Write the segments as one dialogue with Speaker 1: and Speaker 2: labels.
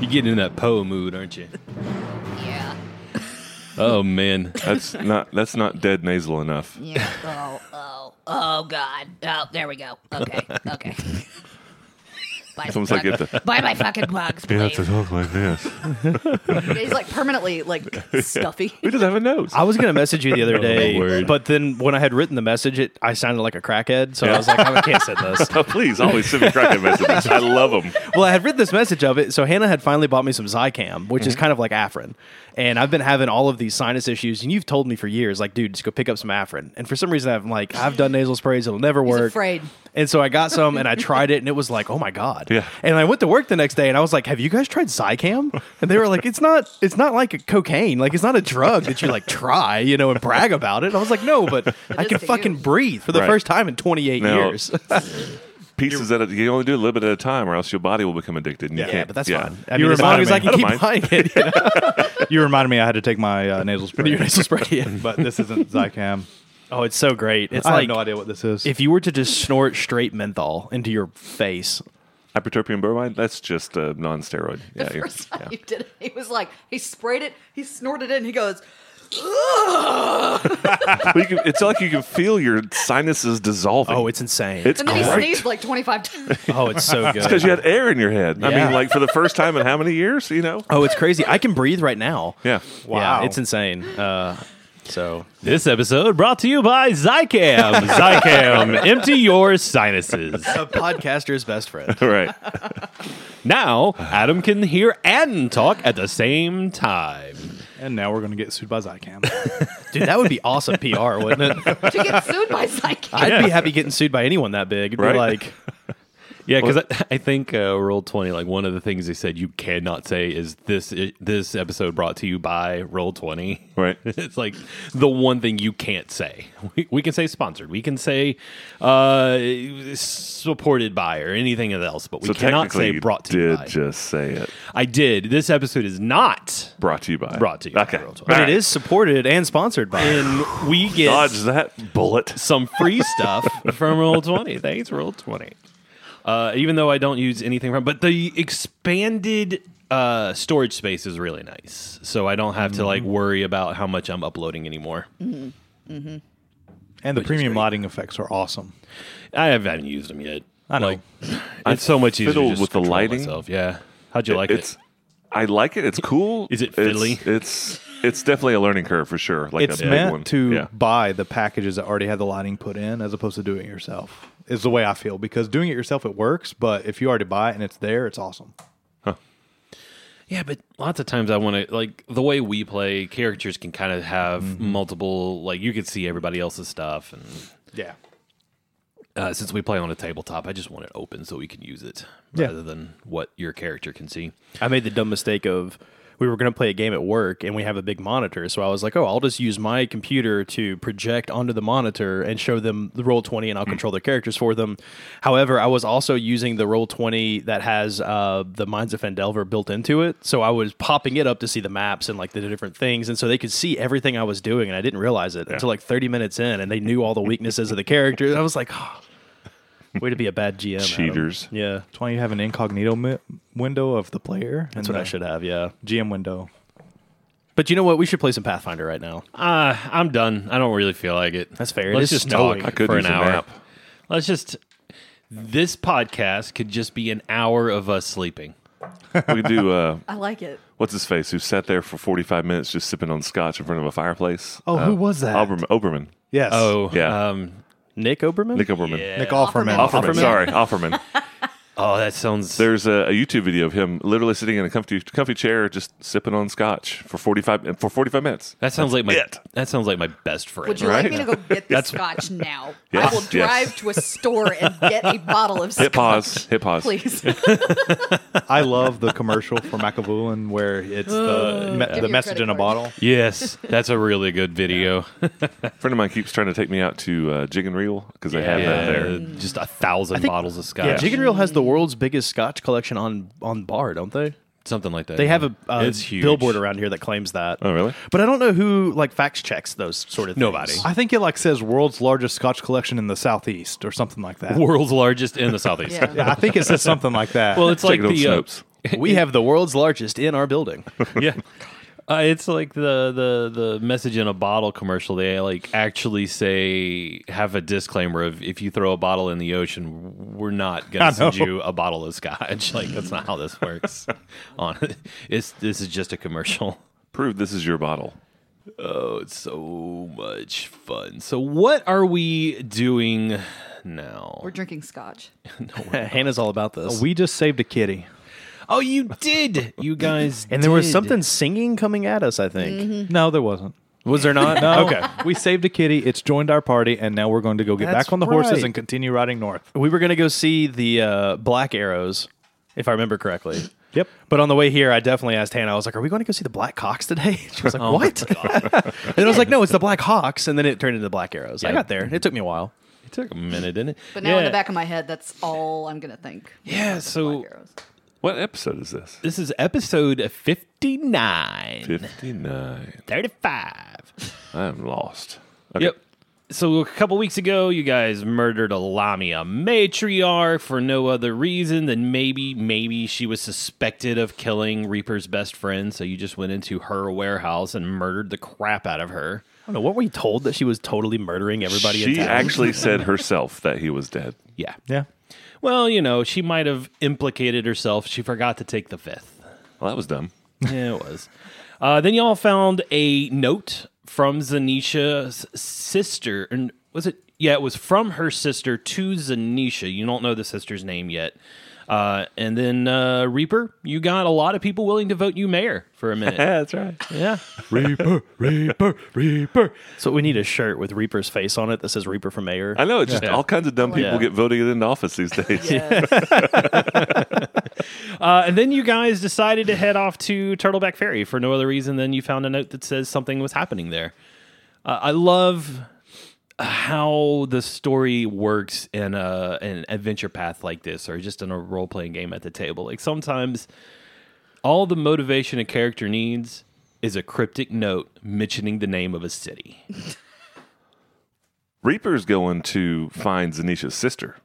Speaker 1: You're getting in that Poe mood, aren't you?
Speaker 2: Yeah.
Speaker 1: Oh man,
Speaker 3: That's not that's not dead nasal enough.
Speaker 2: Yeah. Oh, oh, oh, God. Oh, there we go. Okay. Okay. Buy,
Speaker 3: It's almost like
Speaker 2: bugs.
Speaker 3: it's a,
Speaker 2: Buy my fucking bugs,
Speaker 3: you have
Speaker 2: please.
Speaker 3: to talk like this.
Speaker 4: He's like permanently like stuffy.
Speaker 3: Who doesn't have a nose?
Speaker 5: I was gonna message you the other day,
Speaker 1: word.
Speaker 5: but then when I had written the message, it I sounded like a crackhead, so I was like, I can't send this.
Speaker 3: Oh, please always send me crackhead messages. I love them.
Speaker 5: Well, I had written this message of it. So Hannah had finally bought me some Zycam, which is kind of like Afrin. And I've been having all of these sinus issues, and you've told me for years, like, dude, just go pick up some Afrin. And for some reason, I'm like, I've done nasal sprays, it'll never work.
Speaker 4: afraid.
Speaker 5: And so I got some, and I tried it, and it was like, oh my god.
Speaker 3: Yeah.
Speaker 5: And I went to work the next day, and I was like, have you guys tried Zycam? And they were like, it's not, it's not like a cocaine, like it's not a drug that you like try, you know, and brag about it. And I was like, no, but I
Speaker 4: is
Speaker 5: can
Speaker 4: to
Speaker 5: fucking
Speaker 4: you.
Speaker 5: breathe for the
Speaker 3: Right.
Speaker 5: first time in 28
Speaker 3: Now,
Speaker 5: years.
Speaker 3: Pieces at a, you only do a little bit at a time, or else your body will become addicted. And you
Speaker 5: yeah,
Speaker 3: can't,
Speaker 5: but that's
Speaker 3: yeah.
Speaker 5: fine. I
Speaker 6: You
Speaker 5: mean, as long
Speaker 6: reminded
Speaker 5: as I
Speaker 6: me.
Speaker 5: can
Speaker 3: I don't
Speaker 5: keep buying it. you know?
Speaker 6: You reminded me I had to take my uh, nasal spray,
Speaker 5: Your nasal spray, yeah.
Speaker 6: but this isn't Zycam.
Speaker 5: Oh, it's so great. It's
Speaker 6: I
Speaker 5: like
Speaker 6: have no idea what this is.
Speaker 5: if you were to just snort straight menthol into your face.
Speaker 3: Hypertropine bromide. That's just a non-steroid. Yeah,
Speaker 4: The
Speaker 3: you're-
Speaker 4: first time you did it, he was like, he sprayed it, he snorted it, and he goes, "Ugh."
Speaker 3: Well, you can- it's like you can feel your sinuses dissolving.
Speaker 5: Oh, it's insane.
Speaker 3: it's
Speaker 4: and then he
Speaker 3: great.
Speaker 4: sneezed like 25 times.
Speaker 5: oh, it's so
Speaker 3: because
Speaker 5: good.
Speaker 3: you had air in your head. I
Speaker 5: Yeah.
Speaker 3: mean, like for the first time in how many years? You know?
Speaker 5: oh, it's crazy. I can breathe right now.
Speaker 3: Yeah.
Speaker 5: Wow.
Speaker 6: Wow.
Speaker 5: it's insane. Uh, so
Speaker 1: this episode brought to you by Zycam. Zycam, empty your sinuses.
Speaker 5: a podcaster's best friend.
Speaker 3: All right.
Speaker 1: Now Adam can hear and talk at the same time.
Speaker 6: and now we're going to get sued by Zycam.
Speaker 5: Dude, that would be awesome PR, wouldn't it?
Speaker 4: to get sued by psychic.
Speaker 5: I'd be happy getting sued by anyone that big. It'd be
Speaker 3: Right.
Speaker 5: like,
Speaker 1: Yeah, because I, I think uh, Roll Twenty. Like one of the things they said you cannot say is this. This episode brought to you by Roll Twenty.
Speaker 3: Right.
Speaker 1: it's like the one thing you can't say. We, we can say sponsored. We can say uh, supported by or anything else, but we
Speaker 3: so
Speaker 1: cannot
Speaker 3: technically
Speaker 1: say
Speaker 3: you
Speaker 1: brought to you
Speaker 3: did
Speaker 1: by.
Speaker 3: just say it.
Speaker 1: I did. This episode is not,
Speaker 3: Brought to you by.
Speaker 1: Brought to you by
Speaker 3: Okay.
Speaker 1: Real Talk.
Speaker 5: but
Speaker 3: All
Speaker 5: it
Speaker 3: right.
Speaker 5: is supported and sponsored by.
Speaker 1: and we get
Speaker 3: Dodge that bullet.
Speaker 1: some free stuff from Roll Twenty. Thanks, Roll Twenty. Uh, even though I don't use anything from, but the expanded uh, storage space is really nice, so I don't have to
Speaker 3: Mm-hmm.
Speaker 1: like worry about how much I'm uploading anymore.
Speaker 6: and the premium lighting effects are awesome.
Speaker 1: I haven't used them yet.
Speaker 6: I know.
Speaker 1: Like, it's so much easier
Speaker 3: fiddled
Speaker 1: just
Speaker 3: with the
Speaker 1: control
Speaker 3: lighting.
Speaker 1: Myself. Yeah. How'd you like
Speaker 3: it's,
Speaker 1: it?
Speaker 3: I like it. It's cool.
Speaker 1: Is it
Speaker 3: It's-
Speaker 1: fiddly?
Speaker 3: It's it's, definitely a learning curve for sure. Like
Speaker 1: It's
Speaker 3: a
Speaker 1: Yeah.
Speaker 3: big
Speaker 6: meant
Speaker 3: one.
Speaker 6: to
Speaker 3: Yeah.
Speaker 6: buy the packages that already had the lighting put in as opposed to doing it yourself is the way i feel because doing it yourself it works but if you already buy it and it's there it's awesome
Speaker 1: Yeah, but lots of times I want to like the way we play characters can kind of have multiple like you could see everybody else's stuff, and
Speaker 6: yeah
Speaker 1: uh, since we play on a tabletop, I just want it open so we can use it
Speaker 6: Yeah.
Speaker 1: rather than what your character can see.
Speaker 5: I made the dumb mistake of we were going to play a game at work and we have a big monitor. So I was like, oh, I'll just use my computer to project onto the monitor and show them the roll 20 and I'll control their characters for them. However, I was also using the roll 20 that has uh, the Minds of Fandelver built into it. So I was popping it up to see the maps and like the different things. And so they could see everything I was doing and I didn't realize it until like 30 minutes in and they knew all the weaknesses of the characters. I was like, oh, way to be a bad GM. Adam."
Speaker 3: Cheaters.
Speaker 5: Yeah.
Speaker 6: that's why you have an incognito mi- window of the player
Speaker 5: That's what I should have. Yeah.
Speaker 6: gm window
Speaker 5: But you know what? We should play some Pathfinder right now.
Speaker 1: Uh, I'm done. I don't really feel like it.
Speaker 5: That's fair. It
Speaker 1: Let's
Speaker 5: is
Speaker 1: just
Speaker 5: snowing.
Speaker 1: talk
Speaker 3: I could
Speaker 1: for
Speaker 3: use
Speaker 1: an
Speaker 3: a
Speaker 1: hour.
Speaker 3: nap.
Speaker 1: Let's just. This podcast could just be an hour of us sleeping.
Speaker 3: we do. Uh,
Speaker 4: I like it.
Speaker 3: what's his face? Who sat there for forty five minutes just sipping on scotch in front of a fireplace?
Speaker 6: Oh,
Speaker 3: Uh,
Speaker 6: who was that?
Speaker 3: Oberman. Oberman.
Speaker 6: yes
Speaker 1: Oh
Speaker 3: Yeah.
Speaker 1: Um,
Speaker 5: Nick Oberman?
Speaker 3: Nick Oberman.
Speaker 6: nick offerman,
Speaker 3: Offerman, sorry, Offerman.
Speaker 1: oh, that sounds.
Speaker 3: There's a, a YouTube video of him literally sitting in a comfy, comfy chair, just sipping on scotch for 45 for 45 minutes.
Speaker 1: That sounds like my.
Speaker 3: it.
Speaker 1: That sounds like my best friend.
Speaker 4: Would you like me to go get the scotch now?
Speaker 3: Yes,
Speaker 4: I will
Speaker 3: yes.
Speaker 4: drive to a store and get a bottle of
Speaker 3: Hit
Speaker 4: scotch.
Speaker 3: pause. Hit pause.
Speaker 4: Please.
Speaker 6: i love the commercial for macavulin where it's the, me-
Speaker 4: Give
Speaker 6: the
Speaker 4: your
Speaker 6: message
Speaker 4: credit
Speaker 6: in a
Speaker 4: card.
Speaker 6: bottle
Speaker 1: Yes, that's a really good video.
Speaker 3: friend of mine keeps trying to take me out to uh, Jig and Reel because they have that
Speaker 1: Yeah,
Speaker 3: there.
Speaker 1: just a thousand bottles of scotch,
Speaker 5: Yeah, Jig and Reel has the world's biggest scotch collection on on bar, don't they?
Speaker 1: something like that.
Speaker 5: They have a, uh
Speaker 1: It's huge.
Speaker 5: billboard around here that claims that.
Speaker 3: Oh, really?
Speaker 5: But I don't know who like fact checks those sort of things.
Speaker 1: Nobody.
Speaker 6: i think it like says world's largest scotch collection in the southeast or something like that
Speaker 1: world's largest in the southeast.
Speaker 4: Yeah.
Speaker 6: yeah, i think it says something like that
Speaker 1: Well, it's like
Speaker 3: Check it on
Speaker 1: the uh,
Speaker 3: Snopes.
Speaker 5: we have the world's largest in our building.
Speaker 1: yeah. Uh, it's like the, the the message in a bottle commercial. They like actually say have a disclaimer of if you throw a bottle in the ocean, we're not
Speaker 6: I
Speaker 1: gonna
Speaker 6: know.
Speaker 1: send you a bottle of scotch. Like that's not how this works. On it's this is just a commercial.
Speaker 3: Prove this is your bottle.
Speaker 1: Oh, it's so much fun. So what are we doing now?
Speaker 4: We're drinking scotch.
Speaker 5: Hannah's all about this.
Speaker 6: We just saved a kitty.
Speaker 1: Oh, you did, you guys.
Speaker 5: and there was
Speaker 1: did.
Speaker 5: something singing coming at us, I think.
Speaker 6: No, there wasn't.
Speaker 5: Was there not?
Speaker 6: No. okay. We saved a kitty. It's joined our party, and now we're going to go get
Speaker 5: That's
Speaker 6: back on the
Speaker 5: right.
Speaker 6: horses and continue riding north.
Speaker 5: We were going to go see the uh, Black Arrows, if I remember correctly.
Speaker 6: Yep.
Speaker 5: But on the way here, I definitely asked Hannah, I was like, Are we going to go see the Black Hawks today? She was like, What? and then I was like, No, it's the Black Hawks. And then it turned into the Black Arrows. I
Speaker 1: Yeah.
Speaker 5: got there. It took me a while.
Speaker 1: It took a minute, didn't it?
Speaker 4: But now in
Speaker 1: Yeah.
Speaker 4: the back of my head, that's all I'm gonna think.
Speaker 1: Yeah. So
Speaker 4: Black arrows.
Speaker 3: What episode is this?
Speaker 1: This is episode 59.
Speaker 3: 59.
Speaker 1: 35.
Speaker 3: I'm lost. Okay.
Speaker 1: Yep. So a couple weeks ago, you guys murdered a Lamia matriarch for no other reason than maybe, maybe she was suspected of killing Reaper's best friend. So you just went into her warehouse and murdered the crap out of her.
Speaker 5: I don't know. Weren't we told that she was totally murdering everybody in
Speaker 3: She
Speaker 5: town?
Speaker 3: actually said herself that he was dead.
Speaker 1: Yeah.
Speaker 6: Yeah.
Speaker 1: Well, you know, she might have implicated herself. She forgot to take the fifth.
Speaker 3: Well, that was dumb.
Speaker 1: yeah, it was. Uh, then y'all found a note from Zanisha's sister, and was it? Yeah, it was from her sister to Zanisha. You don't know the sister's name yet. Uh, and then uh, Reaper, you got a lot of people willing to vote you mayor for a minute.
Speaker 3: that's right.
Speaker 1: yeah,
Speaker 6: Reaper, Reaper, Reaper.
Speaker 5: So we need a shirt with Reaper's face on it that says Reaper for Mayor.
Speaker 3: I know. It's just all kinds of dumb people
Speaker 1: Yeah.
Speaker 3: get voted into office these days.
Speaker 1: uh, and then you guys decided to head off to Turtleback Ferry for no other reason than you found a note that says something was happening there. Uh, I love uh, how the story works in a an adventure path like this, or just in a role playing game at the table. Like sometimes, all the motivation a character needs is a cryptic note mentioning the name of a city.
Speaker 3: Reaper's going to find Zanisha's sister.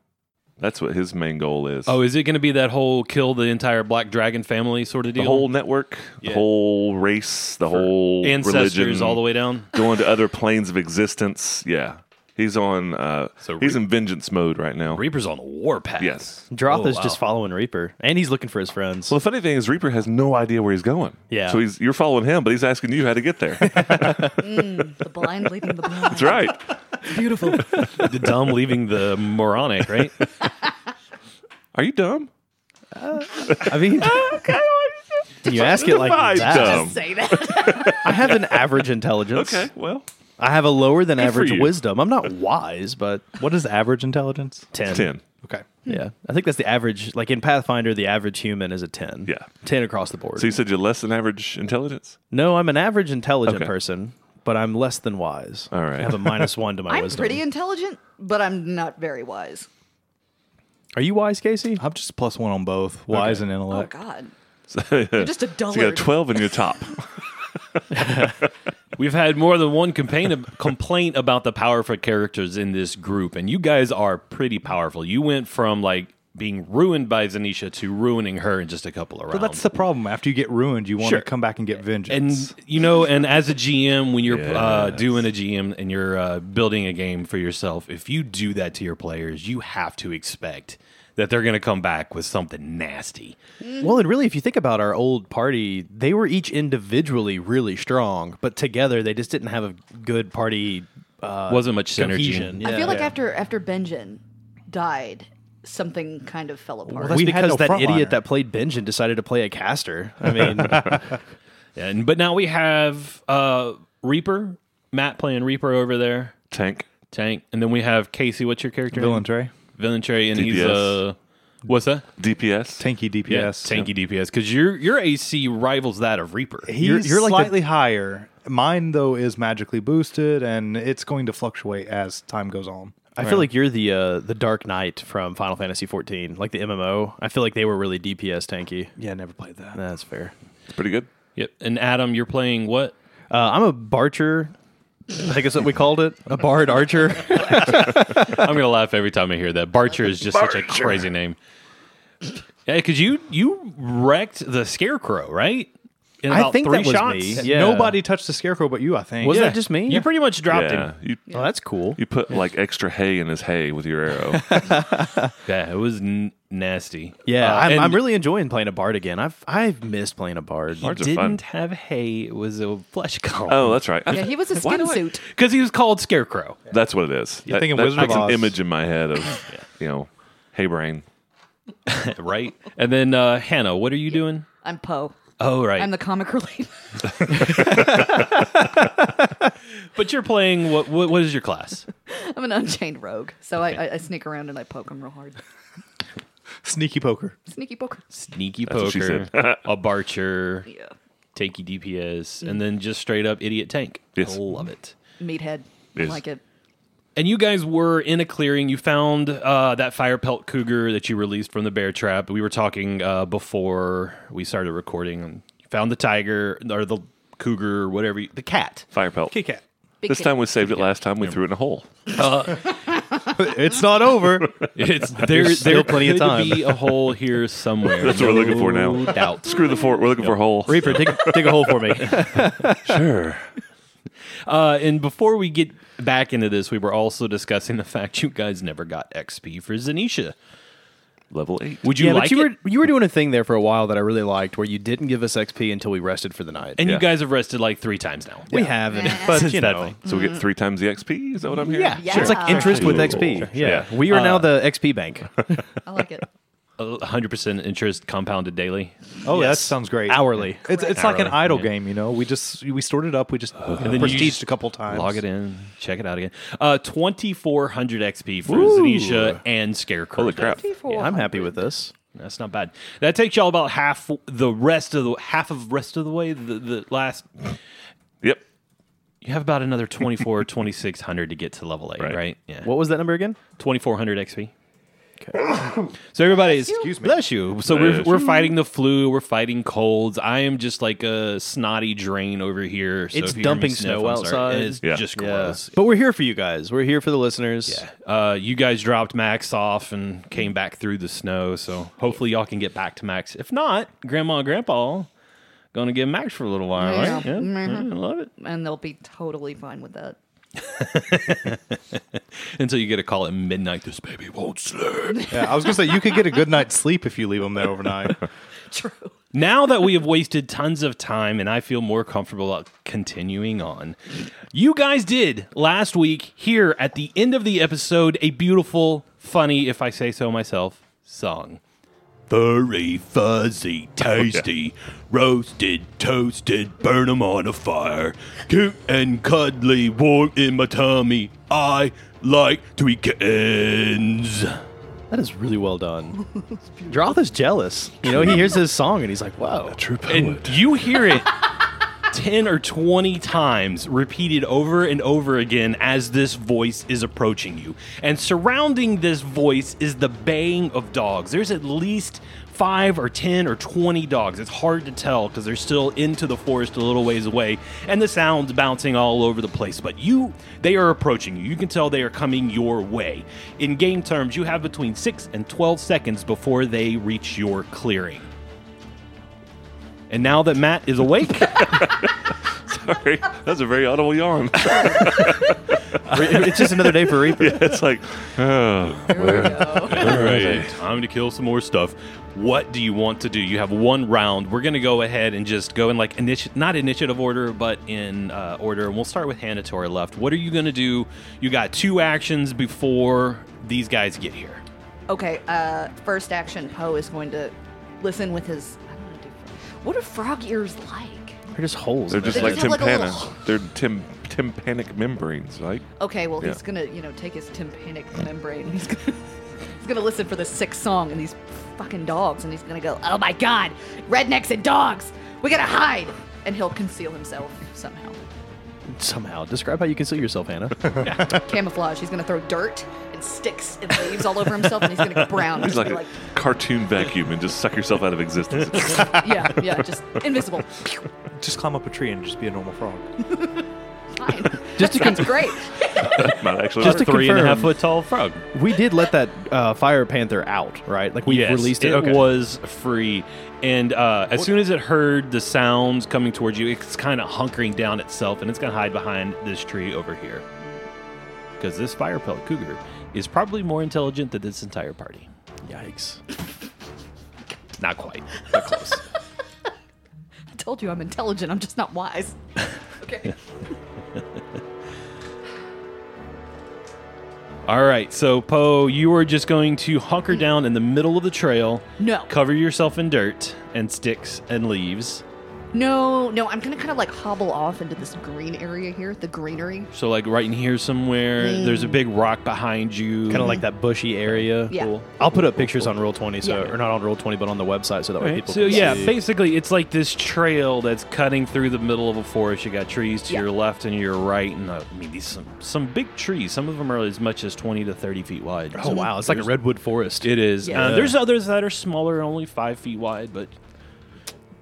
Speaker 3: That's what his main goal is.
Speaker 1: Oh, is it going to be that whole kill the entire Black Dragon family sort of deal?
Speaker 3: the whole network, the whole race, the whole
Speaker 1: ancestors
Speaker 3: religion,
Speaker 1: all the way down.
Speaker 3: going to other planes of existence. Yeah, he's on. Uh,
Speaker 1: So
Speaker 3: he's
Speaker 1: Reap-
Speaker 3: in vengeance mode right now.
Speaker 1: Reaper's on the warpath.
Speaker 3: yes.
Speaker 5: Droth
Speaker 1: Oh,
Speaker 5: is just
Speaker 1: wow.
Speaker 5: following Reaper, and he's looking for his friends.
Speaker 3: Well, the funny thing is, Reaper has no idea where he's going.
Speaker 5: Yeah.
Speaker 3: So he's you're following him, but he's asking you how to get there. That's
Speaker 4: The blind leading the blind.
Speaker 3: right.
Speaker 1: beautiful. the dumb leaving the moronic, right?
Speaker 3: Are you dumb?
Speaker 5: I mean, you ask it like
Speaker 3: Define
Speaker 5: that.
Speaker 3: dumb.
Speaker 4: Say that.
Speaker 5: I have an average intelligence.
Speaker 3: Okay. Well,
Speaker 5: I have a lower than
Speaker 3: for
Speaker 5: average
Speaker 3: you.
Speaker 5: wisdom. I'm not wise, but
Speaker 6: What is average intelligence?
Speaker 5: 10.
Speaker 3: ten.
Speaker 6: Okay.
Speaker 3: Hmm.
Speaker 5: Yeah. I think that's the average. Like in Pathfinder, the average human is a 10.
Speaker 3: Yeah.
Speaker 5: 10 across the board.
Speaker 3: So you said you're less than average intelligence.
Speaker 5: no, I'm an average intelligent
Speaker 3: Okay.
Speaker 5: person, but I'm less than wise.
Speaker 3: All right.
Speaker 5: I have a minus one to my
Speaker 4: I'm
Speaker 5: wisdom.
Speaker 4: pretty intelligent, but I'm not very wise.
Speaker 5: Are you wise, Casey?
Speaker 6: I'm just plus one on both wise and
Speaker 4: Oh
Speaker 6: intellect.
Speaker 4: God,
Speaker 3: So,
Speaker 4: just
Speaker 3: So
Speaker 4: a
Speaker 3: you got a
Speaker 4: dullard.
Speaker 3: twelve in your top.
Speaker 1: We've had more than one complaint, complaint about the powerful characters in this group, and you guys are pretty powerful. You went from like being ruined by Zanisha to ruining her in just a couple of rounds.
Speaker 6: But that's the problem. After you get ruined, you want
Speaker 1: Sure.
Speaker 6: to come back and get vengeance.
Speaker 1: and you know, and as a GM, when you're uh,
Speaker 3: Yes.
Speaker 1: doing a GM and you're uh, building a game for yourself, if you do that to your players, you have to expect that they're going to come back with something nasty.
Speaker 5: Well, and really, if you think about our old party, they were each individually really strong, but together they just didn't have a good party uh,
Speaker 1: Wasn't much synergy.
Speaker 5: cohesion.
Speaker 4: I
Speaker 5: Yeah.
Speaker 4: feel like after after Benjen died, something kind of fell apart.
Speaker 6: that's
Speaker 5: we
Speaker 6: because
Speaker 5: because
Speaker 6: no
Speaker 5: that
Speaker 6: frontliner.
Speaker 5: idiot that played Benjen decided to play a caster. I mean,
Speaker 1: And but now we have uh, Reaper, Matt playing Reaper over there,
Speaker 3: Tank.
Speaker 1: Tank, and then we have Casey. What's your character?
Speaker 6: Villain Trey.
Speaker 1: Villaintrey, and he's
Speaker 3: DPS.
Speaker 1: uh, what's that?
Speaker 3: DPS.
Speaker 6: Tanky DPS.
Speaker 1: tanky DPS. Because your your AC rivals that of Reaper.
Speaker 6: He's
Speaker 5: You're- you're like the-
Speaker 6: slightly higher. Mine though is magically boosted, and it's going to fluctuate as time goes on.
Speaker 5: I feel like you're the uh, the Dark Knight from Final Fantasy 14, like the MMO. I feel like they were really DPS tanky.
Speaker 6: Yeah, never played that.
Speaker 5: That's fair.
Speaker 3: It's pretty good.
Speaker 1: Yep. And Adam, you're playing what?
Speaker 5: Uh, I'm a barcher. I think that's what we called it. A bard archer.
Speaker 1: I'm gonna laugh every time I hear that. Barcher is just such a crazy name. Yeah, because you you wrecked the scarecrow, right? In
Speaker 5: I
Speaker 1: about
Speaker 5: think
Speaker 1: three
Speaker 5: that was
Speaker 1: shots.
Speaker 5: me.
Speaker 1: Yeah.
Speaker 5: Yeah.
Speaker 6: Nobody touched the scarecrow but you, I think.
Speaker 5: Was that just me?
Speaker 1: You pretty much dropped
Speaker 3: Yeah,
Speaker 1: him.
Speaker 3: you
Speaker 5: Oh, that's cool.
Speaker 3: you put like extra hay in his hay with your arrow.
Speaker 1: Yeah, it was n- nasty.
Speaker 5: Yeah,
Speaker 1: Uh,
Speaker 5: I'm,
Speaker 1: and
Speaker 5: I'm really enjoying playing a bard again. I've I've missed playing a bard.
Speaker 1: you
Speaker 3: Bards are
Speaker 1: didn't
Speaker 3: fun.
Speaker 1: have hay. It was a flesh column.
Speaker 3: oh, that's right.
Speaker 4: Yeah, he was a
Speaker 3: Why
Speaker 4: skin
Speaker 3: do I-
Speaker 4: suit.
Speaker 1: because he was called Scarecrow.
Speaker 3: That's what it is.
Speaker 6: You're
Speaker 3: that,
Speaker 6: thinking
Speaker 3: that
Speaker 6: Wizard of
Speaker 3: makes
Speaker 6: Oz.
Speaker 3: an image in my head of you know hay brain.
Speaker 1: right? And then uh, Hannah, what are you doing?
Speaker 4: I'm Poe.
Speaker 1: Oh, right.
Speaker 4: I'm the comic relief.
Speaker 1: but you're playing. What, what? What is your class?
Speaker 4: I'm an unchained rogue, so I, I, I sneak around and I poke him real hard.
Speaker 6: sneaky poker?
Speaker 4: Sneaky poker.
Speaker 1: Sneaky
Speaker 3: what she
Speaker 1: poker, a barcher,
Speaker 4: Yeah.
Speaker 1: takey DPS, and then just straight up idiot tank.
Speaker 3: Yes.
Speaker 1: I love it.
Speaker 4: Meathead. I
Speaker 3: Yes.
Speaker 4: like it.
Speaker 1: And you guys were in a clearing. You found uh, that fire pelt cougar that you released from the bear trap. We were talking uh, before we started recording. and You found the tiger or the cougar, whatever you, the cat.
Speaker 3: Fire pelt.
Speaker 6: Kit Kat.
Speaker 4: Big
Speaker 3: This
Speaker 4: kid.
Speaker 3: time we saved it. Last time we threw it in a hole.
Speaker 6: it's not over.
Speaker 1: It's there.
Speaker 5: There's still
Speaker 1: there
Speaker 5: plenty of
Speaker 1: could
Speaker 5: time.
Speaker 1: Be a hole here somewhere.
Speaker 3: That's what we're looking for now.
Speaker 1: No Doubt.
Speaker 3: Screw the fort. We're looking for a hole.
Speaker 5: Reaper, dig, dig a hole for me.
Speaker 3: Sure.
Speaker 1: Uh, and before we get back into this, we were also discussing the fact you guys never got XP for Zanisha.
Speaker 3: Level eight.
Speaker 1: Would you
Speaker 5: yeah,
Speaker 1: like
Speaker 5: but you
Speaker 1: it?
Speaker 5: were you were doing a thing there for a while that I really liked, where you didn't give us XP until we rested for the night.
Speaker 1: and you
Speaker 3: Yeah.
Speaker 1: guys have rested like three times now.
Speaker 5: we haven't,
Speaker 1: Since
Speaker 5: but you
Speaker 1: that
Speaker 5: know,
Speaker 1: thing.
Speaker 3: So we get three times the XP. Is that what I'm hearing?
Speaker 5: yeah,
Speaker 4: Yeah.
Speaker 5: it's like interest with XP. Yeah, Uh,
Speaker 3: Yeah.
Speaker 5: we are now the XP bank.
Speaker 4: I like it.
Speaker 1: Uh, 100% interest compounded daily.
Speaker 6: Oh,
Speaker 5: Yes.
Speaker 6: that sounds great.
Speaker 5: Hourly.
Speaker 6: It's, it's like an
Speaker 1: Hourly,
Speaker 6: idle
Speaker 1: yeah.
Speaker 6: game, you know. We just we stored it up. We just
Speaker 1: then you
Speaker 6: prestiged
Speaker 1: just
Speaker 6: a couple times.
Speaker 1: Log it in, check it out again. Uh, 2,400 XP for Zanisha and Scarecrow.
Speaker 3: Holy crap.
Speaker 5: I'm happy with this.
Speaker 1: That's not bad. That takes y'all about half the rest of the half of rest of the way. The, the last
Speaker 3: Yep.
Speaker 1: you have about another 24 2600 to get to level 8, right?
Speaker 3: Right.
Speaker 1: Yeah.
Speaker 5: What was that number again?
Speaker 1: 2400 XP. so everybody's
Speaker 6: Excuse me.
Speaker 1: Bless you. So we're,
Speaker 3: Bless
Speaker 1: we're fighting the flu. We're fighting colds. I am just like a snotty drain over here. So
Speaker 5: It's
Speaker 1: if you hear me
Speaker 5: dumping
Speaker 1: sniff,
Speaker 5: snow
Speaker 1: I'm sorry.
Speaker 5: outside.
Speaker 1: It's
Speaker 3: Yeah.
Speaker 1: just gross.
Speaker 5: But we're here for you guys. We're here for the listeners.
Speaker 1: Yeah. Uh, you guys dropped Max off and came back through the snow. So hopefully y'all can get back to Max. If not, Grandma and Grandpa gonna give Max for a little while,
Speaker 4: Yeah.
Speaker 1: right? Yeah.
Speaker 4: Mhm.
Speaker 1: Yeah, I love it.
Speaker 4: And they'll be totally fine with that.
Speaker 1: Until you get a call at midnight. This baby won't sleep.
Speaker 6: Yeah, I was gonna say you could get a good night's sleep if you leave them there overnight.
Speaker 4: True.
Speaker 1: Now that we have wasted tons of time and I feel more comfortable about continuing on, you guys did last week here at the end of the episode a beautiful, funny, if I say so myself, song. Oh, Furry, fuzzy, tasty, roasted, toasted, burn 'em on a fire. Cute and cuddly, warm in my tummy. I like to eat kittens.
Speaker 5: That is really well done. Droth is jealous. You know, he hears this song and he's like, "Wow,
Speaker 3: True poet.
Speaker 1: And you hear it 10 or 20 times repeated over and over again as this voice is approaching you. And surrounding this voice is the baying of dogs. There's at least five or 10 or 20 dogs. It's hard to tell because they're still into the forest a little ways away. And the sounds bouncing all over the place. But you, they are approaching you. You can tell they are coming your way. In game terms, you have between 6 and 12 seconds before they reach your clearing. And now that Matt is awake,
Speaker 3: Sorry. That's a very audible yawn.
Speaker 5: it's just another day for Reaper."
Speaker 3: it's like, oh,
Speaker 1: All right, time to kill some more stuff. What do you want to do? You have one round. We're gonna go ahead and just go in like initi- not initiative order, but in uh, order. And we'll start with Hannah to our left. What are you gonna do? You got two actions before these guys get here.
Speaker 4: Okay, uh, first action Poe is going to listen with his. I don't know what to do frog- What are frog ears like?
Speaker 5: They're just holes.
Speaker 3: they're
Speaker 5: man.
Speaker 3: just
Speaker 4: They
Speaker 3: like
Speaker 4: just have like a
Speaker 3: tympana.
Speaker 4: little-
Speaker 3: they're tim tympanic membranes, right?
Speaker 4: Okay, well, he's
Speaker 3: Yeah.
Speaker 4: gonna, you know, take his tympanic membrane. He's gonna, he's gonna listen for the sixth song and these fucking dogs, and he's gonna go, oh my god, rednecks and dogs, we gotta hide! And he'll conceal himself somehow.
Speaker 5: somehow. Describe how you conceal yourself, Hannah.
Speaker 4: Camouflage, he's gonna throw dirt and sticks and leaves all over himself, and he's gonna get brown.
Speaker 3: It's
Speaker 4: Just
Speaker 3: like
Speaker 4: be
Speaker 3: a cartoon vacuum and just suck yourself out of existence.
Speaker 4: yeah, yeah, just invisible.
Speaker 6: just climb up a tree and just be a normal frog.
Speaker 4: fine.
Speaker 5: Just to
Speaker 4: That's
Speaker 5: con-
Speaker 4: great.
Speaker 3: Not actually.
Speaker 5: Just
Speaker 1: a
Speaker 5: to
Speaker 1: three and a half
Speaker 5: confirm-
Speaker 1: foot tall frog.
Speaker 5: We did let that uh, Fire Panther out, right? Like we
Speaker 1: Yes,
Speaker 5: released it. Okay.
Speaker 1: was free, and uh, as soon as it heard the sounds coming towards you, it's kind of hunkering down itself, and it's going to hide behind this tree over here. Because this fire pelt cougar is probably more intelligent than this entire party.
Speaker 5: Yikes!
Speaker 1: Not quite, but close.
Speaker 4: I told you I'm intelligent. I'm just not wise. Okay.
Speaker 1: All right, so Poe, you are just going to hunker down in the middle of the trail,
Speaker 4: No.
Speaker 1: cover yourself in dirt and sticks and leaves.
Speaker 4: No, no, I'm gonna kind of like hobble off into this green area here, the greenery.
Speaker 1: So, like right in here somewhere, there's a big rock behind you.
Speaker 5: Kind of like that bushy area.
Speaker 4: Yeah. Cool.
Speaker 5: I'll put up pictures on Roll Twenty, so
Speaker 4: Yeah.
Speaker 5: or not on Roll Twenty, but on the website, so that way
Speaker 1: Right,
Speaker 5: people.
Speaker 1: so
Speaker 5: can
Speaker 1: yeah,
Speaker 5: see.
Speaker 1: basically it's like this trail that's cutting through the middle of a forest. You got trees to
Speaker 4: Yeah.
Speaker 1: your left and your right, and uh, I mean these some some big trees. Some of them are as much as twenty to thirty feet wide.
Speaker 5: Oh wow, it's like a redwood forest.
Speaker 1: It is.
Speaker 4: Yeah.
Speaker 1: Uh, there's others that are smaller, only five feet wide, but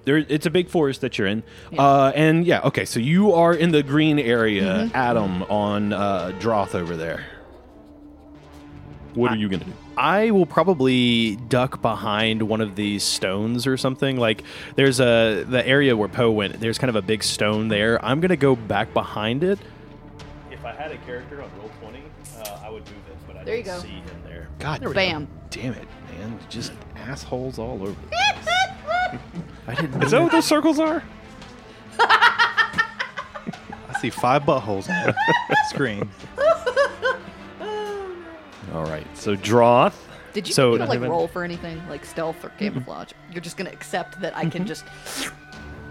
Speaker 1: there it's a big forest that you're in. Uh, and yeah, okay, so you are in the green area, Adam on uh, Droth over there. What are you gonna do?
Speaker 5: I will probably duck behind one of these stones or something. Like there's a the area where Poe went. There's kind of a big stone there. I'm gonna go back behind it. If I had a character on roll twenty, uh, I would move it, but I
Speaker 4: There you didn't go. see
Speaker 5: him there.
Speaker 1: God
Speaker 4: Bam.
Speaker 1: damn it, man! Just assholes all over.
Speaker 5: I didn't.
Speaker 3: Is that what those circles are?
Speaker 6: I see five buttholes on the screen.
Speaker 1: All right, so Droth.
Speaker 4: Did you
Speaker 5: So-
Speaker 4: you know, like roll for anything, like stealth or
Speaker 6: Mm-hmm.
Speaker 4: camouflage? You're just gonna accept that I can just.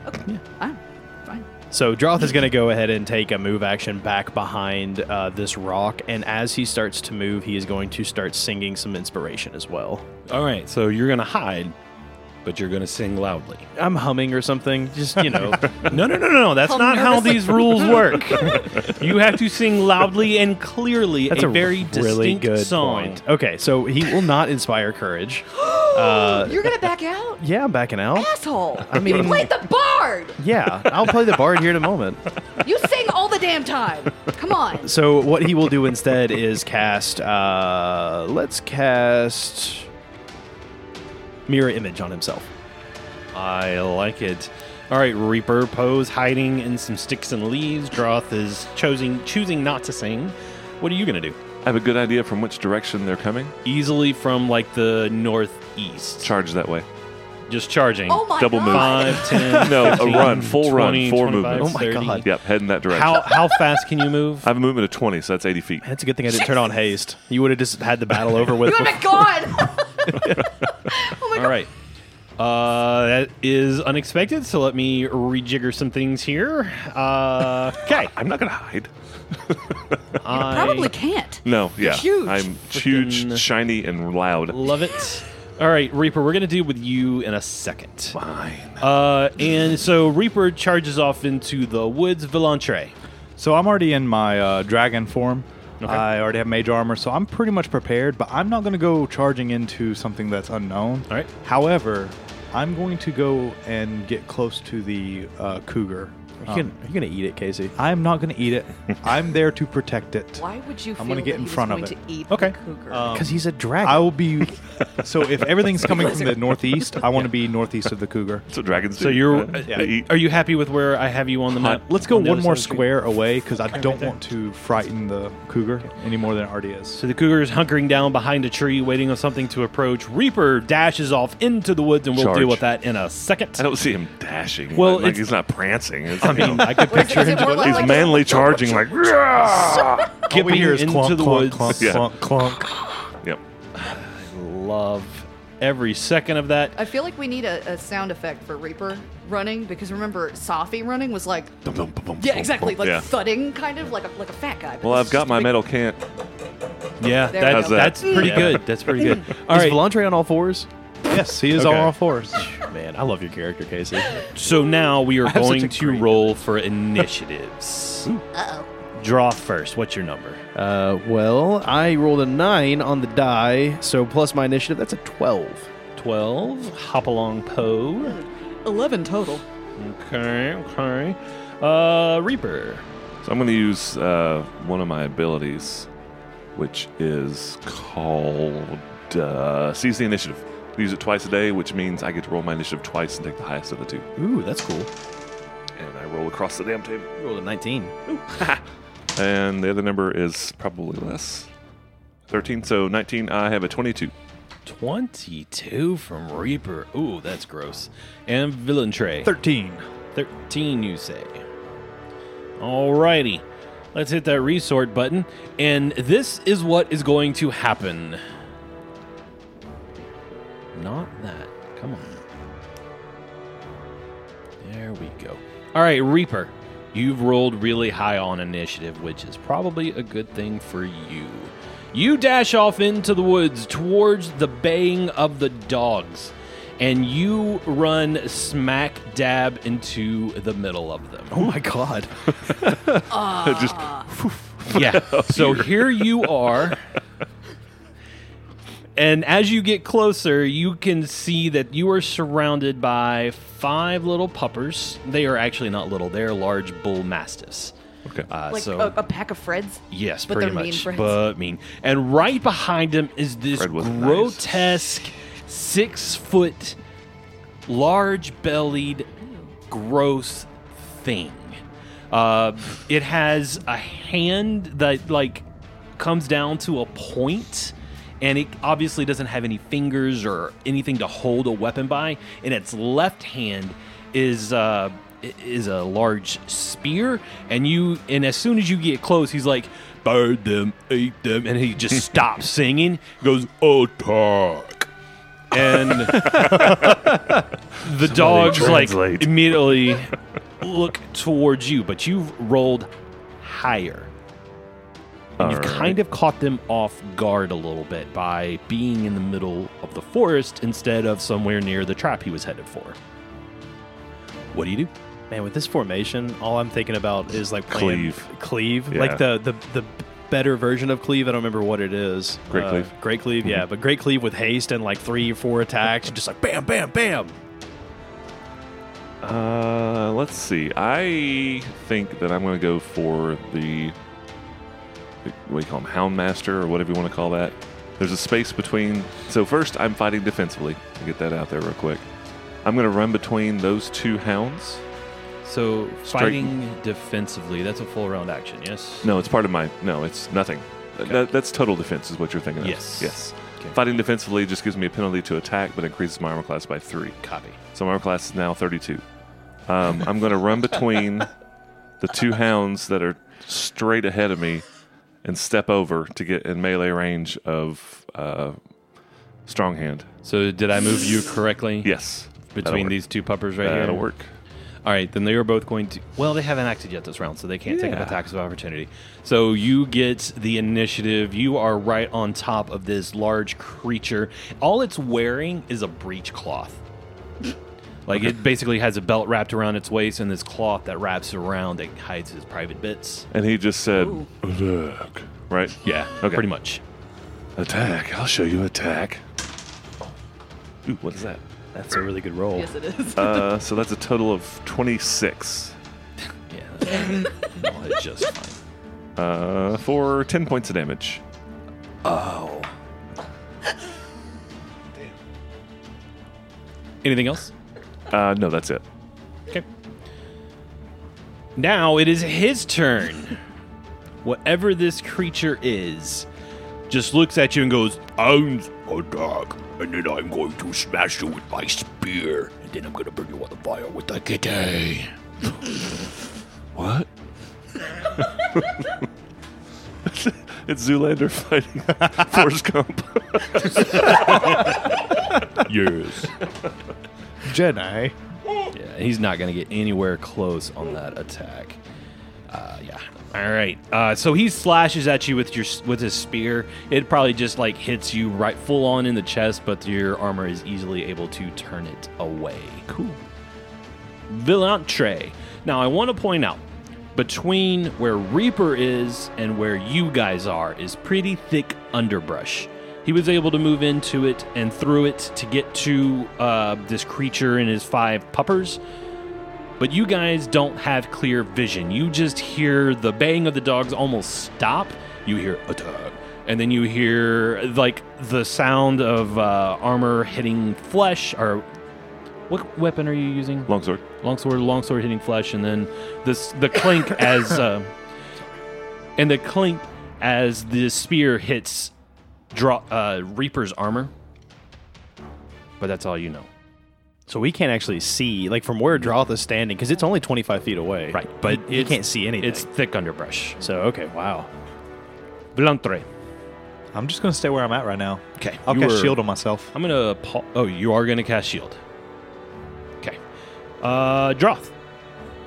Speaker 4: Okay. Fine. Fine.
Speaker 5: So Droth is going to go ahead and take a move action back behind uh, this rock, and as he starts to move, he is going to start singing some inspiration as well.
Speaker 1: All right, so you're gonna hide, but you're gonna sing loudly.
Speaker 5: I'm humming or something, just you know.
Speaker 1: No, no, no, no, no. That's
Speaker 4: How
Speaker 1: not how
Speaker 4: nervous-
Speaker 1: these rules work. you have to sing loudly and clearly.
Speaker 5: That's
Speaker 1: a, very distinct
Speaker 5: really good
Speaker 1: song.
Speaker 5: point. Okay, so he will not inspire courage.
Speaker 6: Uh,
Speaker 4: You're gonna back out,
Speaker 5: Yeah, I'm backing out.
Speaker 4: asshole.
Speaker 5: I mean-
Speaker 4: you played the bard.
Speaker 5: Yeah, I'll play the bard here in a moment.
Speaker 4: You sing all the damn time. Come on.
Speaker 5: So what he will do instead is cast. Uh, let's cast mirror image on himself.
Speaker 1: I like it. All right, Reaper pose hiding in some sticks and leaves. Droth is choosing choosing not to sing. What are you gonna do?
Speaker 3: I have a good idea from which direction they're coming.
Speaker 1: Easily from like the northeast.
Speaker 3: Charge that way.
Speaker 1: Just charging.
Speaker 4: Oh my
Speaker 3: Double move.
Speaker 4: god.
Speaker 1: Five, ten,
Speaker 3: No, a
Speaker 1: 15,
Speaker 3: run, full run,
Speaker 1: 20,
Speaker 3: full
Speaker 1: 25,
Speaker 3: movement. Oh my
Speaker 1: 30.
Speaker 5: God.
Speaker 3: Yep, head in that direction.
Speaker 1: How how fast can you move?
Speaker 3: I have a movement of 20, so that's 80 feet.
Speaker 5: That's a good thing I didn't turn on haste. You would have just had the battle over with.
Speaker 4: You would have been gone.
Speaker 1: All right. Uh, that is unexpected, so let me rejigger some things here. Uh, okay.
Speaker 3: I'm not going to hide.
Speaker 1: I
Speaker 4: Probably can't.
Speaker 3: No, yeah.
Speaker 4: huge.
Speaker 3: I'm huge,
Speaker 1: Frickin'
Speaker 3: shiny, and loud.
Speaker 1: love it. All right, Reaper, we're going to deal with you in a second.
Speaker 3: Fine.
Speaker 1: Uh, and so Reaper charges off into the woods, Villantre.
Speaker 6: So I'm already in my uh, dragon form. I already have mage armor, so I'm pretty much prepared. But I'm not going to go charging into something that's unknown.
Speaker 1: All right.
Speaker 6: However, I'm going to go and get close to the uh, cougar. Uh,
Speaker 5: Are you, gonna, are you gonna eat it, Casey?
Speaker 6: I'm not going to eat it. I'm there to protect it.
Speaker 4: Why would you?
Speaker 6: I'm
Speaker 4: feel
Speaker 6: gonna get
Speaker 4: that
Speaker 6: in
Speaker 4: he was
Speaker 6: front of
Speaker 4: going
Speaker 6: it. Uh,
Speaker 4: To eat
Speaker 1: Okay.
Speaker 4: The cougar?
Speaker 5: Because he's a dragon.
Speaker 6: I will be. So if everything's coming from the northeast, I want to be northeast of the cougar.
Speaker 3: That's what dragons do.
Speaker 1: So you're.
Speaker 3: right?
Speaker 1: uh,
Speaker 3: They eat.
Speaker 1: Are you happy with where I have you on the map?
Speaker 6: Let's go
Speaker 1: On the
Speaker 6: one
Speaker 1: other
Speaker 6: more
Speaker 1: side of the-
Speaker 6: square away because I don't want to frighten the cougar any more than it already is.
Speaker 1: So the cougar is hunkering down behind a tree, waiting on something to approach. Reaper dashes off into the woods, and we'll
Speaker 3: Charge.
Speaker 1: deal with that in a second.
Speaker 3: I don't see him dashing.
Speaker 1: Well,
Speaker 3: like
Speaker 1: it's-
Speaker 3: he's not prancing. It's,
Speaker 1: I
Speaker 3: you
Speaker 1: mean,
Speaker 3: know,
Speaker 1: I could
Speaker 4: Or is it-
Speaker 1: picture
Speaker 4: is
Speaker 1: him
Speaker 4: it more
Speaker 3: he's
Speaker 4: like-
Speaker 3: manly charging like. "Rah!"
Speaker 1: skipping into the woods.
Speaker 3: Yeah.
Speaker 6: clunk, clunk.
Speaker 3: yep.
Speaker 1: love every second of that.
Speaker 4: I feel like we need a, a sound effect for Reaper running because remember, Safi running was like
Speaker 3: Bum, bum, bum, bum,
Speaker 4: yeah,
Speaker 3: bum,
Speaker 4: exactly,
Speaker 3: bum.
Speaker 4: like
Speaker 3: Yeah.
Speaker 4: thudding, kind of like a like a fat guy. but
Speaker 3: Well,
Speaker 4: this
Speaker 3: I've
Speaker 4: is
Speaker 3: got
Speaker 4: just
Speaker 3: my
Speaker 4: big-
Speaker 3: metal can.
Speaker 1: Yeah,
Speaker 4: There
Speaker 1: that's,
Speaker 4: we go.
Speaker 1: that's pretty
Speaker 5: Yeah.
Speaker 1: good. That's pretty good.
Speaker 5: All
Speaker 1: All
Speaker 5: right.
Speaker 1: right.
Speaker 5: on all fours?
Speaker 6: Yes, he is
Speaker 5: Okay.
Speaker 6: on all fours.
Speaker 5: Man, I love your character, Casey.
Speaker 1: So now we are
Speaker 5: have such
Speaker 1: going
Speaker 5: a
Speaker 1: to
Speaker 5: great-
Speaker 1: roll for initiatives.
Speaker 2: Uh oh.
Speaker 1: Draw first. What's your number?
Speaker 5: uh, well, I rolled a nine on the die, so plus my initiative, that's a twelve.
Speaker 1: 12. Hop along, Poe.
Speaker 4: eleven total.
Speaker 1: Okay, okay. Uh, Reaper.
Speaker 3: So So I'm going to use uh, one of my abilities, which is called uh, Seize the Initiative. Use it twice a day, which means I get to roll my initiative twice and take the highest of the two.
Speaker 5: Ooh, that's cool.
Speaker 3: And I roll across the damn table.
Speaker 5: You rolled a 19.
Speaker 3: And the other number is probably less 13, so 19. I have a 22.
Speaker 1: 22 from Reaper. Ooh, that's gross. And Villain Tray.
Speaker 6: 13.
Speaker 1: 13, you say. Alrighty. Let's hit that resort button. And this is what is going to happen. Not that. Come on. There we go. All right, Reaper. You've rolled really high on initiative, which is probably a good thing for you. You dash off into the woods towards the baying of the dogs, and you run smack dab into the middle of them.
Speaker 5: Oh my god.
Speaker 3: Just
Speaker 1: Yeah. so here you are. And as you get closer, you can see that you are surrounded by five little puppers. They are actually not little, they are large bull mastiffs.
Speaker 3: okay.
Speaker 1: Uh,
Speaker 4: Like
Speaker 1: so,
Speaker 4: a, a pack of Freds.
Speaker 1: yes,
Speaker 4: but
Speaker 1: pretty
Speaker 4: they're mean
Speaker 1: much.
Speaker 4: friends.
Speaker 1: but mean. And right behind him is this
Speaker 3: Fred wasn't nice.
Speaker 1: grotesque six foot, large bellied, gross thing. Uh, it has a hand that like comes down to a point, and it obviously doesn't have any fingers or anything to hold a weapon by. And its left hand is uh, i- is a large spear, and you and as soon as you get close, he's like. Bird them, eat them, and he just stops singing. Goes attack, and the dogs like
Speaker 3: translate.
Speaker 1: immediately look towards you, but you've rolled higher. And you've
Speaker 3: All right.
Speaker 1: kind of caught them off guard a little bit by being in the middle of the forest instead of somewhere near the trap he was headed for. What do you do?
Speaker 5: Man, with this formation, all I'm thinking about is like playing
Speaker 3: Cleave.
Speaker 5: Cleave,
Speaker 3: Yeah.
Speaker 5: like the, the the better version of Cleave. I don't remember what it is.
Speaker 3: Great
Speaker 5: Uh,
Speaker 3: Cleave. Mm-hmm.
Speaker 5: Great Cleave, yeah, but Great Cleave with haste and like three or four attacks, just like bam, bam, bam.
Speaker 3: Uh, let's see. I think that I'm going to go for the what do you call him, houndmaster or whatever you want to call that. There's a space between. So first, I'm fighting defensively. To get that out there real quick, I'm going to run between those two hounds.
Speaker 1: So,
Speaker 3: Straight-
Speaker 1: fighting defensively, that's a full round action, yes?
Speaker 3: No, it's part of my. No, it's nothing. That, that's total defense, is what you're thinking of.
Speaker 1: Yes.
Speaker 3: Yes.
Speaker 1: Okay.
Speaker 3: Fighting defensively just gives me a penalty to attack, but increases my armor class by three.
Speaker 1: Copy.
Speaker 3: So my armor class is now 32. Um, I'm going to run between the two hounds that are straight ahead of me and step over to get in melee range of uh, Strong Hand.
Speaker 1: So, did I move you correctly?
Speaker 3: Yes. That'll
Speaker 1: Between
Speaker 3: work.
Speaker 1: these two puppers right here?
Speaker 3: That'll work.
Speaker 1: All right, then they are both going to. Well, they haven't acted yet this round, so they can't take up
Speaker 3: Yeah.
Speaker 1: attacks of opportunity. So you get the initiative. You are right on top of this large creature. All it's wearing is a breech cloth. Like it basically has a belt wrapped around its waist and this cloth that wraps around that hides his private bits.
Speaker 3: And he just said, Attack. Right?
Speaker 1: Yeah,
Speaker 3: Okay.
Speaker 1: pretty much.
Speaker 3: Attack. I'll show you attack. Ooh, what is that?
Speaker 5: That's a really good roll.
Speaker 4: Yes, it is.
Speaker 3: Uh, so that's a total of 26
Speaker 1: Yeah, that's all it's just fine.
Speaker 3: uh, for 10 points of damage.
Speaker 1: Anything else?
Speaker 3: Uh, no, that's it.
Speaker 1: Okay. Now it is his turn. Whatever this creature is, just looks at you and goes, "I'm a dog, and then I'm going to smash you with my spear, and then I'm going to burn you on the fire with a kitty."
Speaker 3: What? it's Zoolander fighting Forrest Gump.
Speaker 1: Yes.
Speaker 6: Jedi.
Speaker 1: Yeah, he's not going to get anywhere close on that attack. Uh, yeah. All right. Uh, so he slashes at you with your with his spear. It probably just like hits you right full on in the chest, but your armor is easily able to turn it away. Cool. Villantre. Now I want to point out between where Reaper is and where you guys are is pretty thick underbrush. He was able to move into it and through it to get to uh, this creature and his five puppers. But you guys don't have clear vision. You just hear the baying of the dogs almost stop. You hear attack. And then you hear like the sound of uh, armor hitting flesh or what weapon are you using?
Speaker 3: Longsword.
Speaker 1: longsword, longsword hitting flesh, and then this the clink as uh, and the clink as the spear hits draw uh, Reaper's armor. But that's all you know,
Speaker 5: So we can't actually see, like from where Droth is standing, because it's only 25 feet away.
Speaker 1: But
Speaker 5: you
Speaker 1: it's-
Speaker 5: can't see anything.
Speaker 1: It's thick underbrush.
Speaker 5: so, okay, wow.
Speaker 1: Blantre.
Speaker 6: I'm just going to stay where I'm at right now.
Speaker 1: Okay,
Speaker 6: I'll
Speaker 1: you
Speaker 6: cast
Speaker 1: were-
Speaker 6: shield on myself.
Speaker 1: I'm gonna. Pa- oh, you are gonna cast shield. Okay, uh, Droth.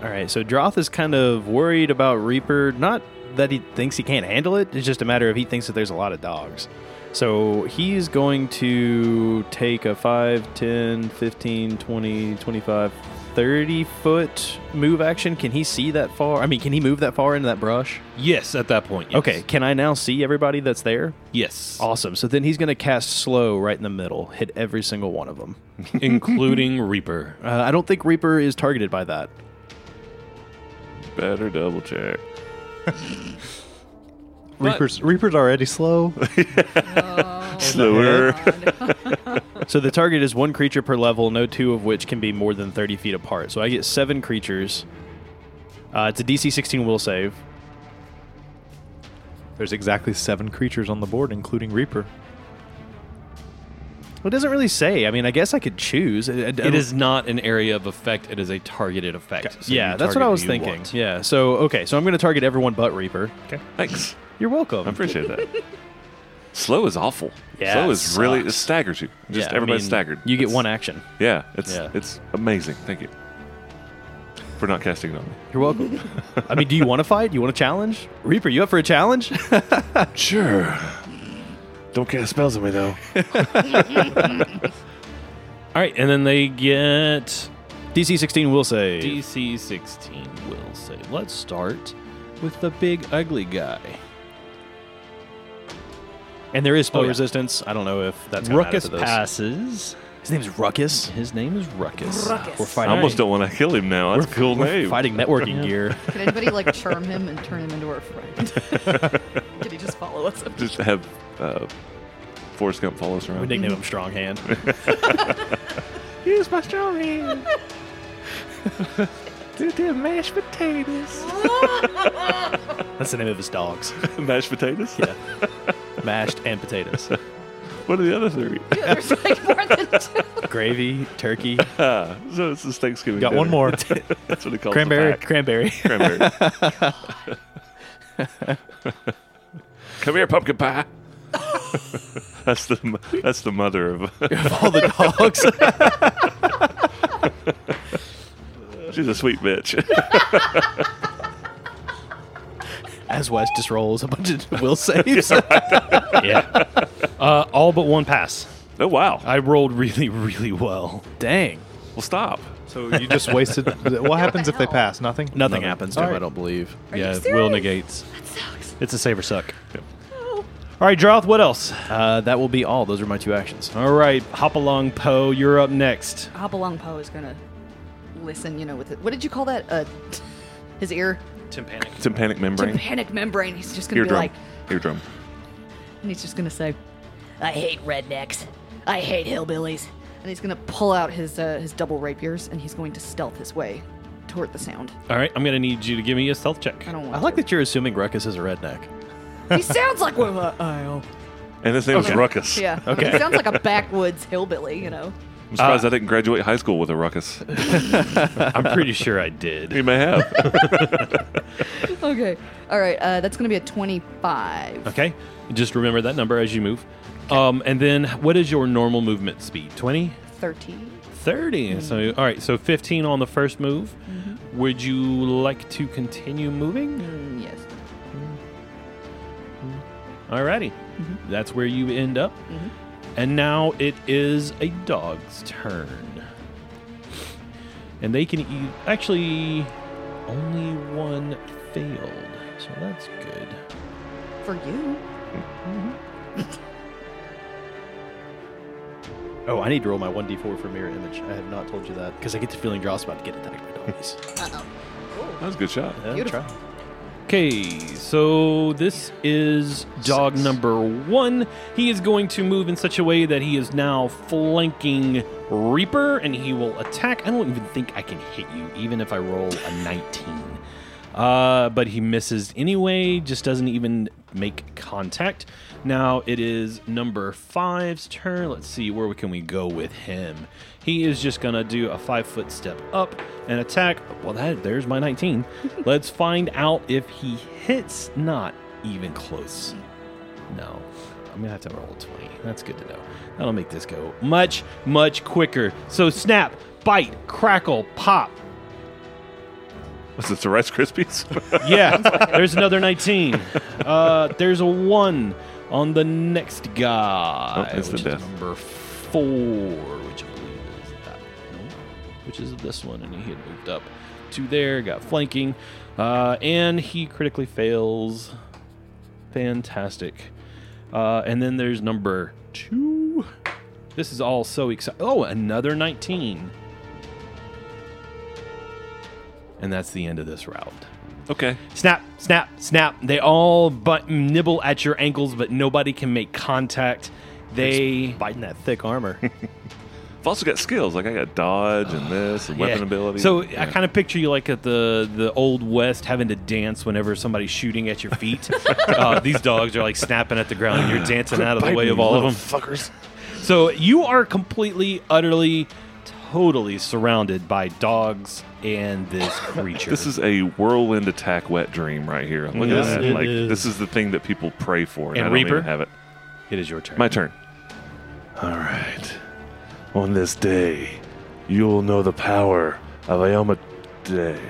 Speaker 5: All right, so Droth is kind of worried about Reaper. Not that he thinks he can't handle it, it's just a matter of he thinks that there's a lot of dogs. So he's going to take a 5, 10, 15, 20, 25, 30 foot move action. Can he see that far? I mean, can he move that far into that brush?
Speaker 1: Yes, at that point. yes.
Speaker 5: Okay, can I now see everybody that's there?
Speaker 1: Yes,
Speaker 5: Awesome. So then he's going to cast slow right in the middle, hit every single one of them.
Speaker 1: including Reaper.
Speaker 5: Uh, I don't think Reaper is targeted by that.
Speaker 3: Better double check.
Speaker 6: Reaper's, Reaper's already slow.
Speaker 3: Slower.
Speaker 5: So the target is one creature per level, no two of which can be more than 30 feet apart. So I get seven creatures. Uh, it's a DC 16 will save.
Speaker 6: There's exactly seven creatures on the board, including Reaper.
Speaker 5: Well, it doesn't really say. I mean, I guess I could choose. I- I- I
Speaker 1: It
Speaker 5: don't-
Speaker 1: is not an area of effect. It is a targeted effect. So
Speaker 5: yeah,
Speaker 1: you
Speaker 5: that's what
Speaker 1: target
Speaker 5: I was
Speaker 1: who you
Speaker 5: thinking.
Speaker 1: want.
Speaker 5: Yeah. So okay, so I'm going to target everyone but Reaper.
Speaker 3: Thanks.
Speaker 5: You're welcome.
Speaker 3: I appreciate that. Slow is awful.
Speaker 5: Yeah,
Speaker 3: Slow
Speaker 5: it
Speaker 3: is really it
Speaker 5: sucks.
Speaker 3: staggers you. Just
Speaker 1: Yeah, I
Speaker 3: everybody's
Speaker 1: mean,
Speaker 3: staggered.
Speaker 5: You get
Speaker 3: It's-
Speaker 5: one action.
Speaker 3: Yeah, it's
Speaker 1: Yeah.
Speaker 3: it's amazing. Thank you for not casting it on me.
Speaker 5: You're welcome. I mean, do you want to fight? You want to challenge? Reaper, you up for a challenge?
Speaker 3: Sure. Don't cast spells on me though.
Speaker 1: All right, and then they get
Speaker 5: DC 16 will save.
Speaker 1: DC 16 will save. Let's start with the big ugly guy.
Speaker 5: and there is spell
Speaker 1: Oh, yeah.
Speaker 5: resistance. I don't know if that's gonna matter
Speaker 1: Ruckus
Speaker 5: to those.
Speaker 1: passes.
Speaker 5: His name's Ruckus.
Speaker 1: His name is Ruckus.
Speaker 5: We're
Speaker 1: I
Speaker 5: fighting.
Speaker 3: I
Speaker 1: Alright.
Speaker 3: almost don't want to kill him now. That's a cool name.
Speaker 5: Fighting networking gear.
Speaker 4: Can anybody like charm him and turn him into our friend? Did he just follow us? Up?
Speaker 3: Just have uh, Forrest Gump follow us
Speaker 5: We
Speaker 3: around.
Speaker 5: nickname him Strong Hand.
Speaker 3: Use my strong hand. Do the mashed potatoes.
Speaker 5: That's the name of his dogs.
Speaker 3: mashed potatoes. Yeah.
Speaker 5: Mashed and potatoes.
Speaker 3: What are the other three?
Speaker 4: There's like more than two.
Speaker 5: Gravy, turkey,
Speaker 3: Ah, so this is Thanksgiving.
Speaker 6: Got
Speaker 3: dinner.
Speaker 6: one more.
Speaker 3: That's what it calls
Speaker 5: cranberry,
Speaker 3: The pack.
Speaker 5: cranberry.
Speaker 3: Cranberry. Come here, pumpkin pie. that's the m- that's the mother of.
Speaker 5: All the dogs.
Speaker 3: she's a sweet bitch.
Speaker 5: As Wes just rolls a bunch of will saves.
Speaker 1: yeah. Uh, all but one pass.
Speaker 3: oh wow.
Speaker 1: I rolled really, really well.
Speaker 5: Dang.
Speaker 3: Well, stop.
Speaker 6: So you just wasted. What happens if they
Speaker 4: hell?
Speaker 6: pass? Nothing?
Speaker 5: Nothing happens to him,
Speaker 6: All right.
Speaker 5: I don't believe.
Speaker 1: yeah,
Speaker 4: serious?
Speaker 1: will negates.
Speaker 4: Sucks.
Speaker 1: It's a save or suck. All right, Droth, what else?
Speaker 5: Uh, that will be all. Those are my two actions.
Speaker 1: All right, hop along, Poe. You're up next.
Speaker 4: Hopalong Poe is gonna listen. You know, with it. What did you call that? Uh, his ear
Speaker 1: Timpanic.
Speaker 3: Tympanic membrane.
Speaker 4: tympanic membrane. He's just gonna
Speaker 3: Eardrum.
Speaker 4: be like,
Speaker 3: Eardrum.
Speaker 4: and he's just gonna say,
Speaker 2: I hate rednecks. I hate hillbillies.
Speaker 4: and he's gonna pull out his uh, his double rapiers, and he's going to stealth his way toward the sound.
Speaker 1: All right, I'm going to need you to give me a stealth check.
Speaker 4: I don't want.
Speaker 5: I like that you're assuming Ruckus is a redneck.
Speaker 4: He sounds like one of the Iowa.
Speaker 3: And his name is Ruckus.
Speaker 4: Yeah.
Speaker 5: Okay.
Speaker 4: He sounds like a backwoods hillbilly, you know.
Speaker 3: I'm surprised I didn't graduate high school with a Ruckus.
Speaker 1: I'm pretty sure I did.
Speaker 3: You may have.
Speaker 4: Okay. All right. Uh, that's going to be a 25.
Speaker 1: Okay. Just remember that number as you move. Um, and then what is your normal movement speed? 20?
Speaker 4: 30.
Speaker 1: 30. So, all right. So 15 on the first move. Would you like to continue moving?
Speaker 4: Mm, yes.
Speaker 1: All righty. That's where you end up. And now it is a dog's turn. And they can eat. Actually, only one failed. So that's good.
Speaker 4: For you.
Speaker 5: Oh, I need to roll my 1d4 for mirror image. I have not told you that because I get the feeling Draw's about to get attacked by doggies.
Speaker 3: That was a good shot.
Speaker 5: Yeah,
Speaker 4: Beautiful.
Speaker 5: try.
Speaker 1: Okay, so this is dog number one. He is going to move in such a way that he is now flanking Reaper, and he will attack. I don't even think I can hit you, even if I roll a 19. Uh, but he misses anyway, just doesn't even make contact. Now it is number five's turn. Let's see, where can we go with him? He is just going to do a five foot step up and attack. Well, that there's my 19. Let's find out if he hits. Not even close. No. I'm going to have to roll a 20. That's good to know. That'll make this go much, much quicker. So snap, bite, crackle, pop.
Speaker 3: Was it the Rice Krispies?
Speaker 1: Yeah, there's another 19. Uh, there's a 1 on the next guy.
Speaker 3: Oh, instant
Speaker 1: which
Speaker 3: death.
Speaker 1: Is number 4, which I believe is that one, which is this one, and he had moved up to there, got flanking, uh, and he critically fails. Fantastic. Uh, and then there's number 2. This is all so exciting. Oh, another 19. And that's the end of this round.
Speaker 3: okay.
Speaker 1: Snap, snap, snap. They all but nibble at your ankles, but nobody can make contact. They
Speaker 5: Biting that thick armor.
Speaker 3: I've also got skills. Like I got dodge and this and weapon
Speaker 1: Yeah.
Speaker 3: ability.
Speaker 1: So
Speaker 3: Yeah.
Speaker 1: I kind of picture you like at the the old west having to dance whenever somebody's shooting at your feet. uh, these dogs are like snapping at the ground, and you're dancing out of the way of all of them.
Speaker 3: Fuckers.
Speaker 1: So you are completely, utterly, totally surrounded by dogs and this creature.
Speaker 3: This is a whirlwind attack wet dream right here. Look
Speaker 1: Yes,
Speaker 3: at that.
Speaker 5: it
Speaker 3: Like
Speaker 5: is.
Speaker 3: this is the thing that people pray for.
Speaker 1: And
Speaker 3: I don't
Speaker 1: Reaper?
Speaker 3: even have it.
Speaker 1: it is your turn.
Speaker 3: My turn. All right. On this day, you will know the power of Ayoma Day.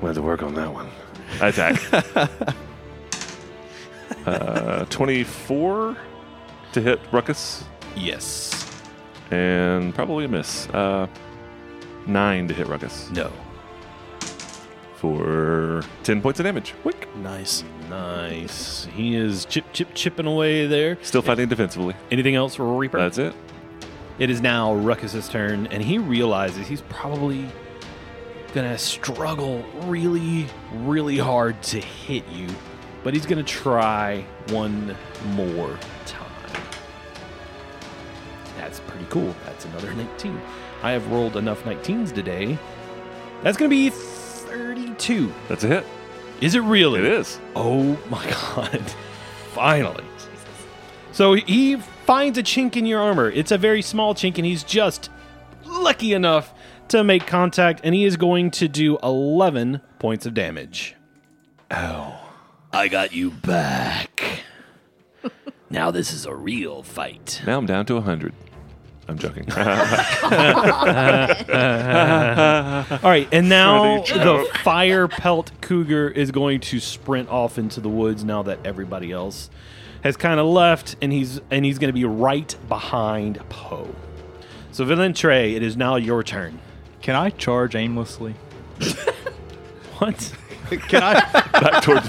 Speaker 3: We'll have to work on that one. I attack. uh, 24 to hit Ruckus,
Speaker 1: Yes.
Speaker 3: and probably a miss. Uh, 9 to hit Ruckus
Speaker 1: No.
Speaker 3: for 10 points of damage. Wick.
Speaker 5: nice.
Speaker 1: Nice. He is chip, chip, chipping away there.
Speaker 3: Still fighting defensively.
Speaker 1: Anything else, Reaper?
Speaker 3: That's it.
Speaker 1: It is now Ruckus's turn, and he realizes he's probably gonna struggle really, really hard to hit you, but he's gonna try one more time. That's pretty cool. That's another 19. I have rolled enough 19s today. That's gonna be 32.
Speaker 3: That's a hit.
Speaker 1: Is it really?
Speaker 3: It is.
Speaker 1: Oh my god. Finally. So he finds a chink in your armor. It's a very small chink, and he's just lucky enough to make contact, and he is going to do 11 points of damage. Oh. I got you back. now this is a real fight.
Speaker 3: Now I'm down to 100. I'm joking.
Speaker 1: All right, and now
Speaker 3: Pretty
Speaker 1: the fire pelt cougar is going to sprint off into the woods now that everybody else has kind of left, and he's and he's going to be right behind Poe. So Valentre, it is now your turn.
Speaker 6: Can I charge aimlessly?
Speaker 1: What?
Speaker 6: Can I?
Speaker 3: Back towards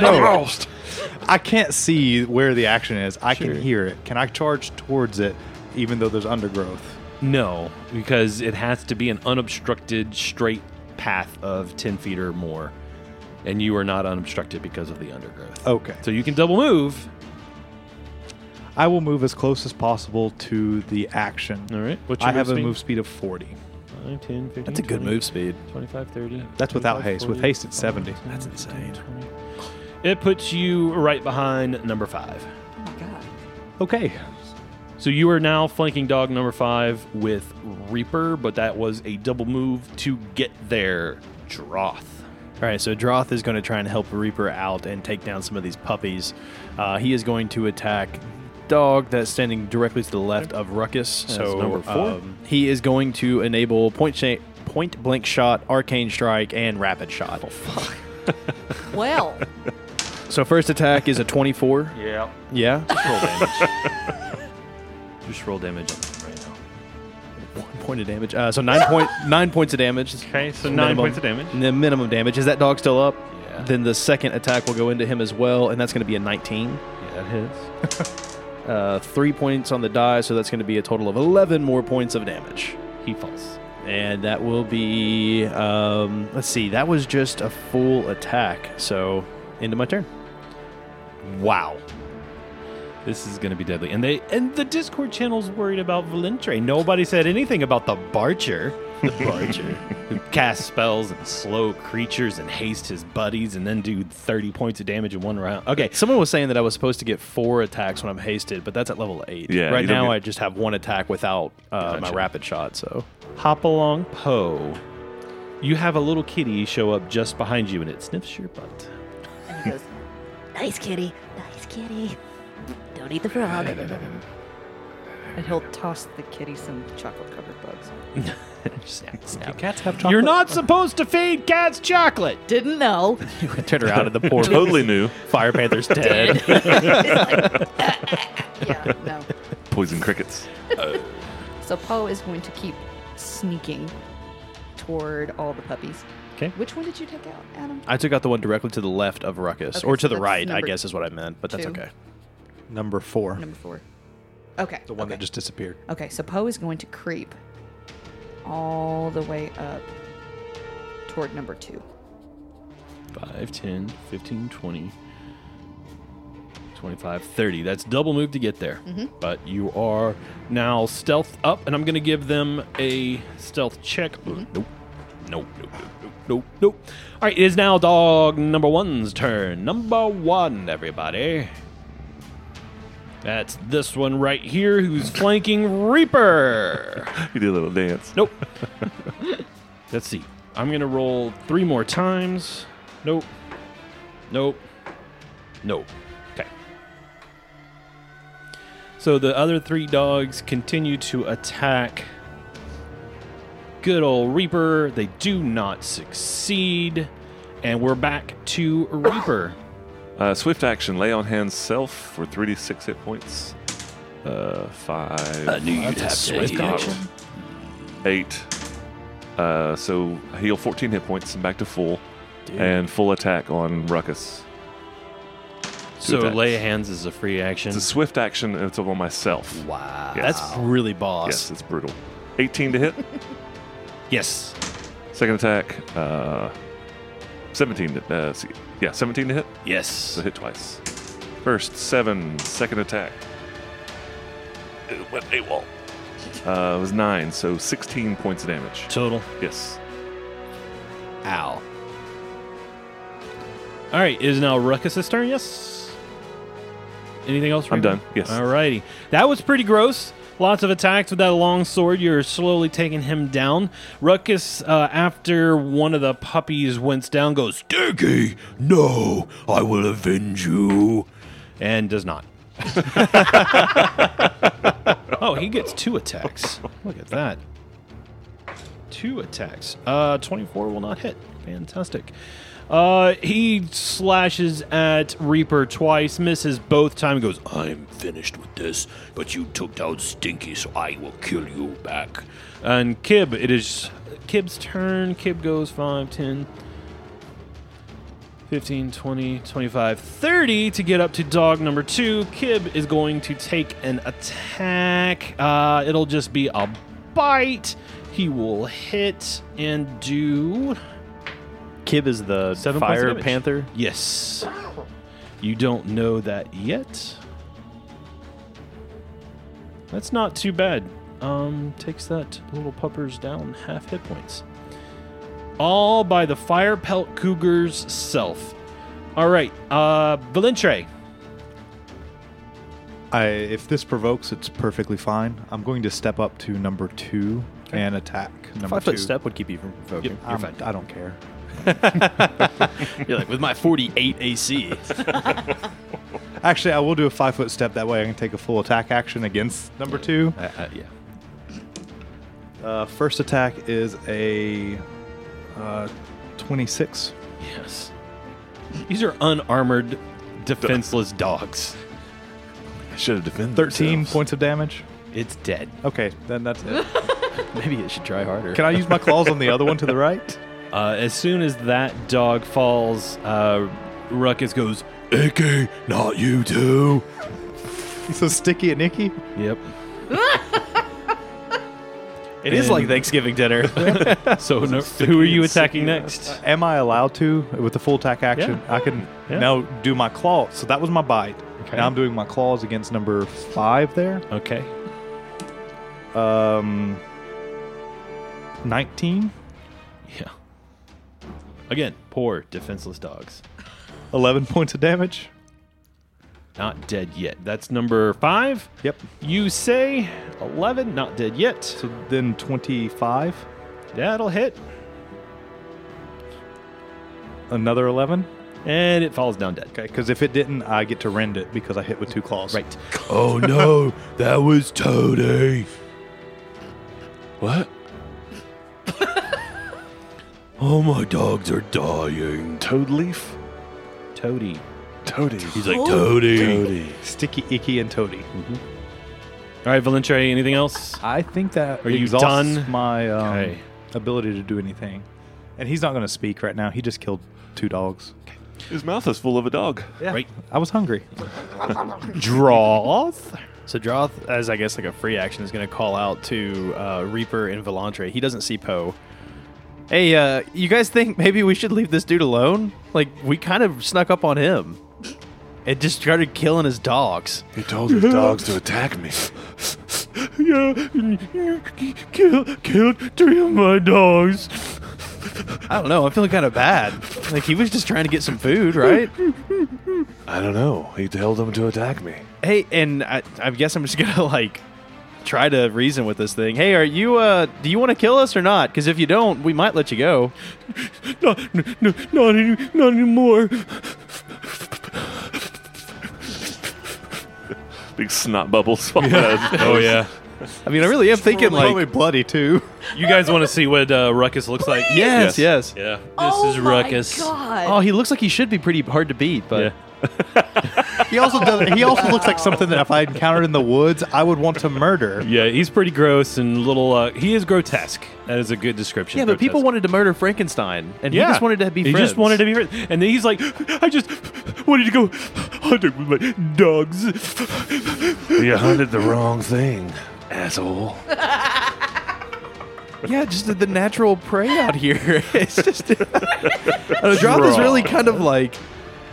Speaker 6: no. I can't see where the action is. I can hear it. Can I charge towards it, even though there's undergrowth?
Speaker 1: No, because it has to be an unobstructed straight path of ten feet or more, and you are not unobstructed because of the undergrowth.
Speaker 6: Okay.
Speaker 1: So you can double move.
Speaker 6: I will move as close as possible to the action.
Speaker 1: All right. What's your
Speaker 6: I have
Speaker 1: move
Speaker 6: a
Speaker 1: speed?
Speaker 6: move speed of 40.
Speaker 1: 5, 10, 15,
Speaker 5: That's a good
Speaker 1: 20,
Speaker 5: move speed.
Speaker 1: 25, 30.
Speaker 6: That's without haste. With haste, it's 70.
Speaker 5: That's insane.
Speaker 1: It puts you right behind number five.
Speaker 4: Oh my god.
Speaker 6: Okay.
Speaker 1: So you are now flanking dog number five with Reaper, but that was a double move to get there. Droth.
Speaker 5: All right, so Droth is going to try and help Reaper out and take down some of these puppies. Uh, he is going to attack Dog that's standing directly to the left of Ruckus. so
Speaker 1: number four.
Speaker 5: um, he is going to enable point sha- point blank shot, arcane strike, and rapid
Speaker 1: Oh,
Speaker 5: shot.
Speaker 4: Well,
Speaker 5: So first attack is a twenty-four.
Speaker 1: Yeah.
Speaker 5: Yeah,
Speaker 1: Just roll damage. Just roll damage right now.
Speaker 5: one point of damage. Uh, so nine point nine points of damage.
Speaker 1: Okay, so nine points of damage.
Speaker 5: The minimum damage is that dog still up?
Speaker 1: Yeah.
Speaker 5: Then the second attack will go into him as well, and that's going to be a nineteen.
Speaker 1: Yeah, that hits.
Speaker 5: uh, three points on the die, so that's going to be a total of 11 more points of damage. He falls. And that will be, um, let's see, that was just a full attack, so end of my turn.
Speaker 1: Wow. This is going to be deadly. And they and the Discord channel's worried about Valentre. Nobody said anything about the Barcher. The Barcher. who casts spells and slow creatures and haste his buddies and then do 30 points of damage in one round. Okay.
Speaker 5: Someone was saying that I was supposed to get four attacks when I'm hasted, but that's at level eight.
Speaker 3: Yeah,
Speaker 5: right
Speaker 3: you don't
Speaker 5: now
Speaker 3: get-
Speaker 5: I just have one attack without uh, my
Speaker 1: Gotcha.
Speaker 5: rapid shot, so.
Speaker 1: Hop along Poe. You have a little kitty show up just behind you and it sniffs your butt.
Speaker 4: And he goes,
Speaker 2: Nice kitty. Nice kitty. Don't eat the frog.
Speaker 4: and he'll toss the kitty some chocolate covered bugs.
Speaker 1: Snap, snap.
Speaker 5: Cats have
Speaker 1: You're not supposed to feed cats chocolate.
Speaker 4: Didn't know.
Speaker 5: Turn around and the poor
Speaker 3: Totally new.
Speaker 5: Fire Panther's dead.
Speaker 4: Yeah, no.
Speaker 3: Poison crickets.
Speaker 4: So Poe is going to keep sneaking toward all the puppies.
Speaker 1: 'Kay.
Speaker 4: Which one did you take out, Adam?
Speaker 5: I took out the one directly to the left of Ruckus,
Speaker 4: Okay,
Speaker 5: or
Speaker 4: so
Speaker 5: to the
Speaker 4: that's
Speaker 5: right, I
Speaker 4: number
Speaker 5: guess is what I meant, but that's
Speaker 4: two.
Speaker 5: okay.
Speaker 6: Number four.
Speaker 4: Number four. Okay.
Speaker 6: the one
Speaker 4: okay.
Speaker 6: that just disappeared.
Speaker 4: Okay, so Poe is going to creep all the way up toward number two.
Speaker 1: 5, 10, 15, 20, 25, 30. That's double move to get there. But you are now stealth up, and I'm going to give them a stealth check. Nope. Nope, nope, nope, nope, nope, nope. All right, it is now dog number one's turn. Number one, everybody. That's this one right here who's flanking Reaper.
Speaker 3: You did a little dance.
Speaker 1: Nope. Let's see. I'm gonna roll three more times. Nope. Nope. Nope. Okay. So the other three dogs continue to attack good old Reaper. They do not succeed. And we're back to Reaper.
Speaker 3: Uh, swift action. Lay on hands self for 3d6 hit points. Uh, five. I knew you'd have swift action. Eight. Uh, so heal 14 hit points and back to full. And full attack on Ruckus.
Speaker 1: so
Speaker 3: attacks.
Speaker 1: lay hands is a free action.
Speaker 3: It's a swift action and it's on myself.
Speaker 1: Wow.
Speaker 3: Yes.
Speaker 5: That's really boss.
Speaker 3: Yes, it's brutal. 18 to hit.
Speaker 1: Yes.
Speaker 3: Second attack. Uh, 17 to, uh, see- yeah, 17 to hit.
Speaker 1: Yes.
Speaker 3: So hit twice. First seven, second attack. It went AWOL. Uh, it was nine, so 16 points of damage.
Speaker 1: Total.
Speaker 3: Yes.
Speaker 5: Ow.
Speaker 1: All right, is now Ruckus's turn. Yes. Anything else?
Speaker 3: I'm
Speaker 1: Raven?
Speaker 3: done, yes.
Speaker 1: All righty. That was pretty gross. Lots of attacks with that long sword. You're slowly taking him down. Ruckus, uh, after one of the puppies went down, goes, Dinky, no, I will avenge you. And does not. oh, he gets two attacks. Look at that. Two attacks. Uh, 24 will not hit. Fantastic. Uh, he slashes at Reaper twice, misses both time, goes, I'm finished with this, but you took down Stinky, so I will kill you back. And Kib, it is Kib's turn. Kib goes 5, 10, 15, 20, 25, 30 to get up to dog number two. Kib is going to take an attack. Uh, it'll just be a bite. He will hit and do.
Speaker 5: Kib is the
Speaker 1: Seven points of
Speaker 5: Fire
Speaker 1: damage.
Speaker 5: Panther.
Speaker 1: Yes. You don't know that yet. That's not too bad. Um, takes that little puppers down half hit points. All by the Fire Pelt Cougar's self. All right, uh, Valentre.
Speaker 6: I, if this provokes, it's perfectly fine. I'm going to step up to number two and attack number
Speaker 5: Five
Speaker 6: two.
Speaker 5: foot step would keep you from provoking.
Speaker 1: Yep.
Speaker 6: I'm,
Speaker 1: You're fine.
Speaker 6: I don't care.
Speaker 5: You're like, with my 48
Speaker 1: Uh,
Speaker 5: AC.
Speaker 6: Actually, I will do a five foot step. That way, I can take a full attack action against number two.
Speaker 1: Uh, uh, yeah.
Speaker 6: Uh, first attack is a uh, 26.
Speaker 1: Yes. These are unarmored, defenseless dogs.
Speaker 3: I should have defended
Speaker 6: 13
Speaker 3: themselves.
Speaker 6: points of damage.
Speaker 1: It's dead.
Speaker 6: Okay, then that's it.
Speaker 5: Maybe it should try harder.
Speaker 6: Can I use my claws on the other one to the right?
Speaker 1: Uh, as soon as that dog falls, uh, Ruckus goes,
Speaker 7: Icky, not you too.
Speaker 6: so sticky and icky.
Speaker 5: Yep. It is like Thanksgiving dinner.
Speaker 1: So, no, who are you attacking next?
Speaker 6: Am I allowed to with the full attack action? I can
Speaker 1: Yeah.
Speaker 6: now do my claw. So that was my bite.
Speaker 1: Okay. Uh,
Speaker 6: Now I'm doing my claws against number five there.
Speaker 1: Okay.
Speaker 6: Um, nineteen.
Speaker 1: Yeah. Again, poor defenseless dogs.
Speaker 6: 11 points of damage.
Speaker 1: Not dead yet. That's number five.
Speaker 6: Yep.
Speaker 1: You say 11, not dead yet.
Speaker 6: So then 25,
Speaker 1: That'll hit.
Speaker 6: another 11.
Speaker 1: And it falls down dead.
Speaker 6: Okay, because if it didn't, I get to rend it because I hit with two claws.
Speaker 1: Right.
Speaker 5: oh no, that was Toadie.
Speaker 3: What?
Speaker 5: Oh my dogs are dying.
Speaker 3: Toad leaf?
Speaker 1: Toadie.
Speaker 3: Toady. He's
Speaker 5: like Toadie.
Speaker 3: Toady.
Speaker 6: Sticky, icky, and toady.
Speaker 1: All right, Valentre, anything else?
Speaker 6: I think that
Speaker 1: Are you
Speaker 6: exhausts
Speaker 1: done?
Speaker 6: my um,
Speaker 1: Okay.
Speaker 6: ability to do anything. And he's not going to speak right now. He just killed two dogs.
Speaker 3: His mouth is full of a dog.
Speaker 6: Yeah.
Speaker 1: Right.
Speaker 6: I was hungry.
Speaker 1: Draws.
Speaker 5: So Droth, as I guess like a free action, is going to call out to uh, Reaper and Volantre. He doesn't see Poe. Hey, uh, you guys think maybe we should leave this dude alone? Like we kind of snuck up on him and just started killing his dogs.
Speaker 3: He told his dogs to attack me. yeah, killed, killed three of my dogs.
Speaker 5: I don't know. I'm feeling kind of bad. Like he was just trying to get some food, right?
Speaker 3: I don't know. He told them to attack me.
Speaker 5: hey, and I, I guess I'm just gonna like try to reason with this thing. Hey, are you? uh Do you want to kill us or not? Because if you don't, we might let you go.
Speaker 3: Not, no, no, not, any, not anymore. Big snot bubbles.
Speaker 1: Oh, yeah.
Speaker 5: I mean, I really am thinking
Speaker 6: Probably
Speaker 5: like
Speaker 6: bloody too.
Speaker 1: You guys want to see what uh, Ruckus looks like?
Speaker 5: yes, yes.
Speaker 1: Yeah. This
Speaker 4: oh
Speaker 1: is
Speaker 4: my
Speaker 1: Ruckus.
Speaker 5: Oh,
Speaker 4: God.
Speaker 5: he looks like he should be pretty hard to beat, but
Speaker 1: Yeah.
Speaker 6: He also does, he also looks like something that if I encountered in the woods, I would want to murder.
Speaker 1: Yeah, he's pretty gross and little. Uh, he is grotesque. That is a good description.
Speaker 5: yeah, but people
Speaker 1: Grotesque.
Speaker 5: wanted to murder Frankenstein, and he just wanted to be.
Speaker 1: He
Speaker 5: friends.
Speaker 1: just wanted to be friends. And then he's like, I just wanted to go hunting with my dogs.
Speaker 3: you hunted the wrong thing, asshole.
Speaker 5: Yeah, just the, the natural prey out here. It's just. I know, Droth is really kind of like.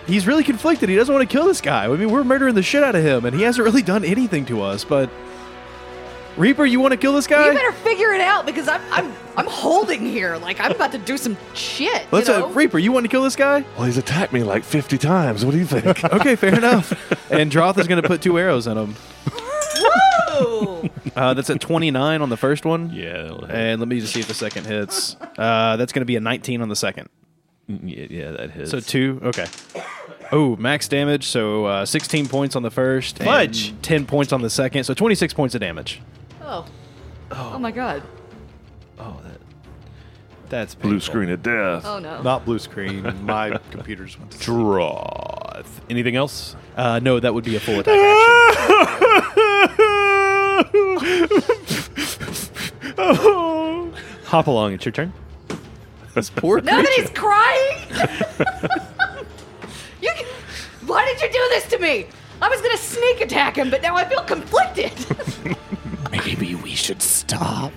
Speaker 5: He's really conflicted. He doesn't want to kill this guy. I mean, we're murdering the shit out of him, and he hasn't really done anything to us. But Reaper, you want to kill this guy?
Speaker 4: You better figure it out because I'm I'm I'm holding here. Like I'm about to do some shit.
Speaker 5: Let's
Speaker 4: you know?
Speaker 5: uh, Reaper. You want to kill this guy?
Speaker 3: Well, he's attacked me like 50 times. What do you think?
Speaker 5: Okay, fair enough. And Droth is going to put two arrows in him.
Speaker 4: Whoa!
Speaker 5: Uh, that's a twenty-nine on the first one.
Speaker 1: Yeah, that'll hit.
Speaker 5: And let me just see if the second hits. Uh, that's going to be a 19 on the second.
Speaker 1: yeah, yeah, that hits.
Speaker 5: So two. Okay. Oh, max damage. So uh, 16 points on the first. and
Speaker 1: Fudge.
Speaker 5: 10 points on the second. So 26 points of damage.
Speaker 4: oh. Oh my God.
Speaker 1: oh, that, that's painful.
Speaker 3: Blue screen of death.
Speaker 4: Oh no.
Speaker 6: Not blue screen. My computer's went. to-
Speaker 1: Draw. Anything else?
Speaker 5: Uh, no, that would be a full attack action.
Speaker 1: Oh. Hop along. It's your turn.
Speaker 3: That's
Speaker 5: Poor
Speaker 4: Nobody's crying. you, can- why did you do this to me? I was gonna sneak attack him, but now I feel conflicted.
Speaker 7: Maybe we should stop.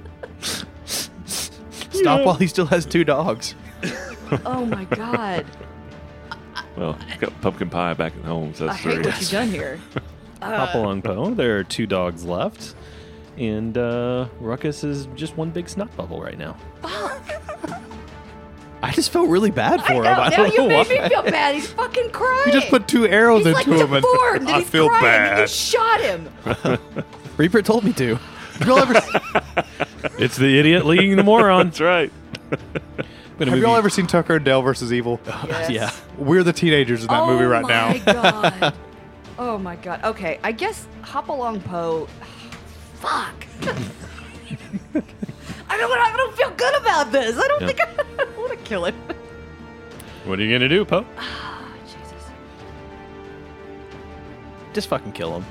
Speaker 5: Stop while he still has two dogs.
Speaker 4: oh my God.
Speaker 3: Well, he's got pumpkin pie back at home, so
Speaker 4: I
Speaker 3: that's
Speaker 4: hate
Speaker 3: three.
Speaker 4: what you've done here.
Speaker 1: Hop along, Poe. There are two dogs left. And uh, Ruckus is just one big snot bubble right now.
Speaker 5: I just felt really bad
Speaker 4: I
Speaker 5: for
Speaker 4: know,
Speaker 5: him. I
Speaker 4: now
Speaker 5: don't
Speaker 4: you
Speaker 5: know
Speaker 4: made
Speaker 5: why.
Speaker 4: me feel bad. He's fucking crying.
Speaker 6: You just put two arrows
Speaker 4: He's like
Speaker 6: into him, and
Speaker 4: deformed and
Speaker 6: I
Speaker 4: he's
Speaker 6: feel
Speaker 4: crying And you
Speaker 6: bad.
Speaker 4: shot him.
Speaker 5: Reaper told me to.
Speaker 6: Y'all ever-
Speaker 1: It's the idiot leading the moron.
Speaker 3: That's right.
Speaker 6: Have y'all ever seen Tucker and Dale versus Evil?
Speaker 5: Yeah.
Speaker 6: We're the teenagers in that movie right now.
Speaker 4: Oh my god. Oh my god. Okay, I guess hop along Poe. Fuck. I don't. I don't feel good about this. I don't
Speaker 1: Yeah.
Speaker 4: think I, want to kill him.
Speaker 1: What are you going to do, Poe?
Speaker 4: Jesus.
Speaker 5: Just fucking kill him.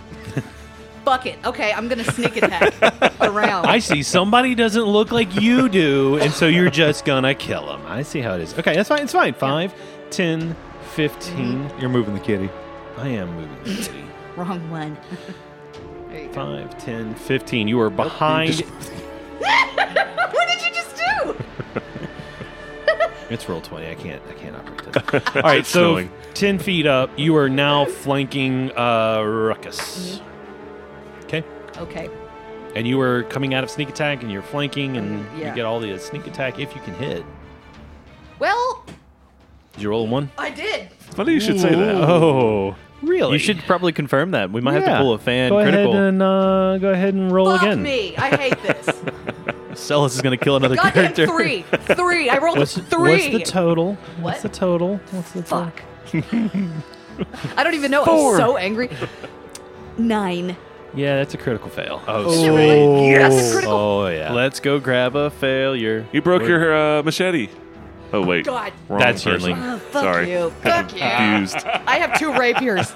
Speaker 4: Fuck it. Okay, I'm gonna sneak attack around.
Speaker 1: I see. Somebody doesn't look like you do, and so you're just gonna kill him. I see how it is. Okay, that's fine. It's fine. Five, ten, fifteen.
Speaker 6: You're moving the kitty.
Speaker 1: I am moving. the city.
Speaker 4: Wrong one. there you go.
Speaker 1: 5, 10, 15. You are behind.
Speaker 4: what did you just do?
Speaker 1: It's roll 20. I can't I can't operate this. All right, so
Speaker 3: snowing.
Speaker 1: 10 feet up, you are now flanking uh, Ruckus. Okay.
Speaker 4: Okay.
Speaker 1: And you are coming out of sneak attack and you're flanking and
Speaker 4: Yeah.
Speaker 1: you get all the sneak attack if you can hit.
Speaker 4: Well,
Speaker 1: Did you roll a 1?
Speaker 4: I did.
Speaker 3: Funny you should say that.
Speaker 1: Oh. Really?
Speaker 5: You should probably confirm that. We might have to pull a fan
Speaker 1: go
Speaker 5: critical.
Speaker 1: Ahead and, uh, go ahead and roll
Speaker 4: Fuck
Speaker 1: again.
Speaker 4: me. I hate this.
Speaker 5: Celis is going to kill another
Speaker 4: Goddamn
Speaker 5: character.
Speaker 4: three. Three. I rolled
Speaker 1: What's,
Speaker 4: a three.
Speaker 1: what's the total?
Speaker 4: What?
Speaker 1: What's the total? What's the total?
Speaker 4: Fuck. I don't even know. i I'm so angry. Nine.
Speaker 1: Yeah, that's a critical fail. Oh,
Speaker 4: Is it really? That's a critical.
Speaker 1: oh yeah.
Speaker 5: Let's go grab a failure.
Speaker 3: You broke your uh, machete. Oh wait,
Speaker 4: God.
Speaker 3: Wrong
Speaker 1: That's
Speaker 3: person.
Speaker 1: Yinling.
Speaker 4: Oh, fuck
Speaker 3: Sorry.
Speaker 4: you. Fuck you.
Speaker 3: Confused.
Speaker 4: I have two rapiers.